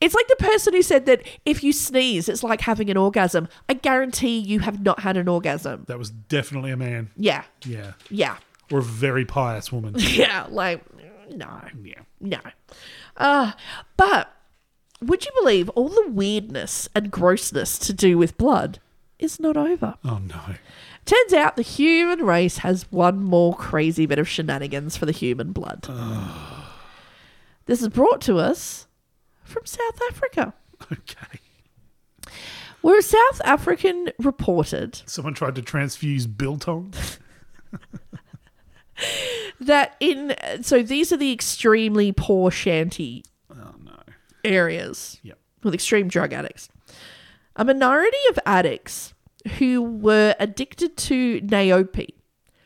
It's like the person who said that if you sneeze, it's like having an orgasm. I guarantee you have not had an orgasm. that was definitely a man. Yeah, Yeah. yeah, Or a very pious woman. yeah. Like, no, yeah. no. Uh, but would you believe all the weirdness and grossness to do with blood is not over? Oh, no. Turns out the human race has one more crazy bit of shenanigans for the human blood. this is brought to us from South Africa, Okay. where a South African reported Someone tried to transfuse biltong. that in. So these are the extremely poor shanty areas Yep. with extreme drug addicts. A minority of addicts who were addicted to naopi,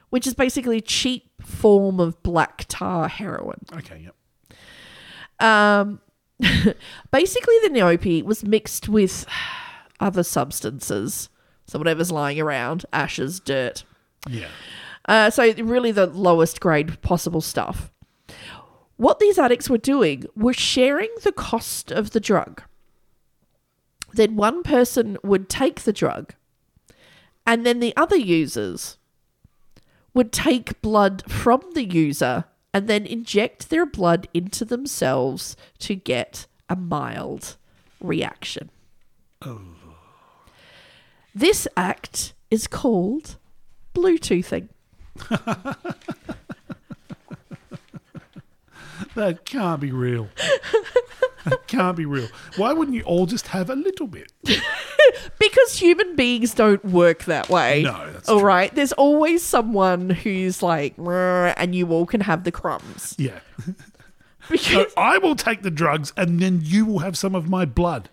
which is basically a cheap form of black tar heroin. Okay, yep. Um, basically, the neopi was mixed with other substances. So, whatever's lying around, ashes, dirt. Yeah. Uh, so, really, the lowest grade possible stuff. What these addicts were doing was sharing the cost of the drug. Then one person would take the drug, and then the other users would take blood from the user and then inject their blood into themselves to get a mild reaction. This act is called Bluetoothing. That can't be real. that can't be real. Why wouldn't you all just have a little bit? because human beings don't work that way. No, that's all true. right. There's always someone who's like, "Meh," and you all can have the crumbs. Yeah. Because I will take the drugs and then you will have some of my blood.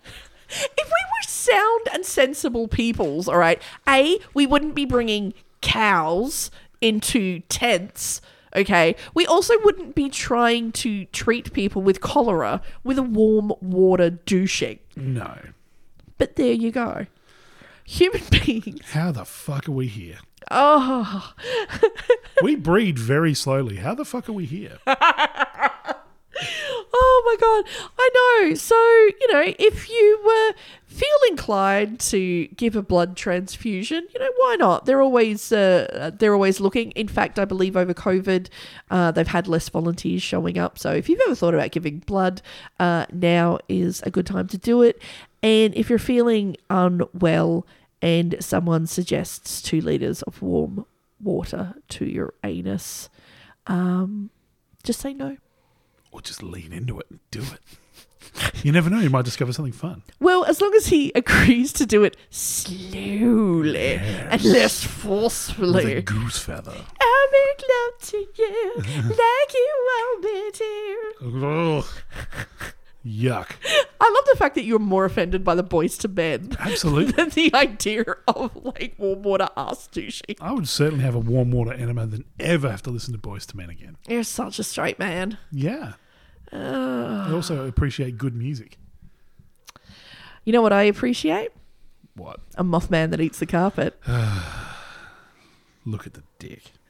if we were sound and sensible peoples, all right, a we wouldn't be bringing cows into tents. Okay. We also wouldn't be trying to treat people with cholera with a warm water douching. No. But there you go. Human beings. How the fuck are we here? Oh. We breed very slowly. How the fuck are we here? Oh my god, I know. So you know, if you were feel inclined to give a blood transfusion, you know why not? They're always uh, they're always looking. In fact, I believe over COVID, uh, they've had less volunteers showing up. So if you've ever thought about giving blood, uh, now is a good time to do it. And if you're feeling unwell, and someone suggests two liters of warm water to your anus, um, just say no. Or just lean into it and do it. You never know. You might discover something fun. Well, as long as he agrees to do it slowly and less With a forcefully. goose feather. Um, make love to you like you want me to. Ugh. Yuck. I love the fact that you're more offended by the boys to men Absolutely. than the idea of like warm water ass douchey. I would certainly have a warm water enema than ever have to listen to Boys to Men again. You're such a straight man. Yeah. I also appreciate good music. You know what I appreciate? What? A mothman that eats the carpet. Look at the dick.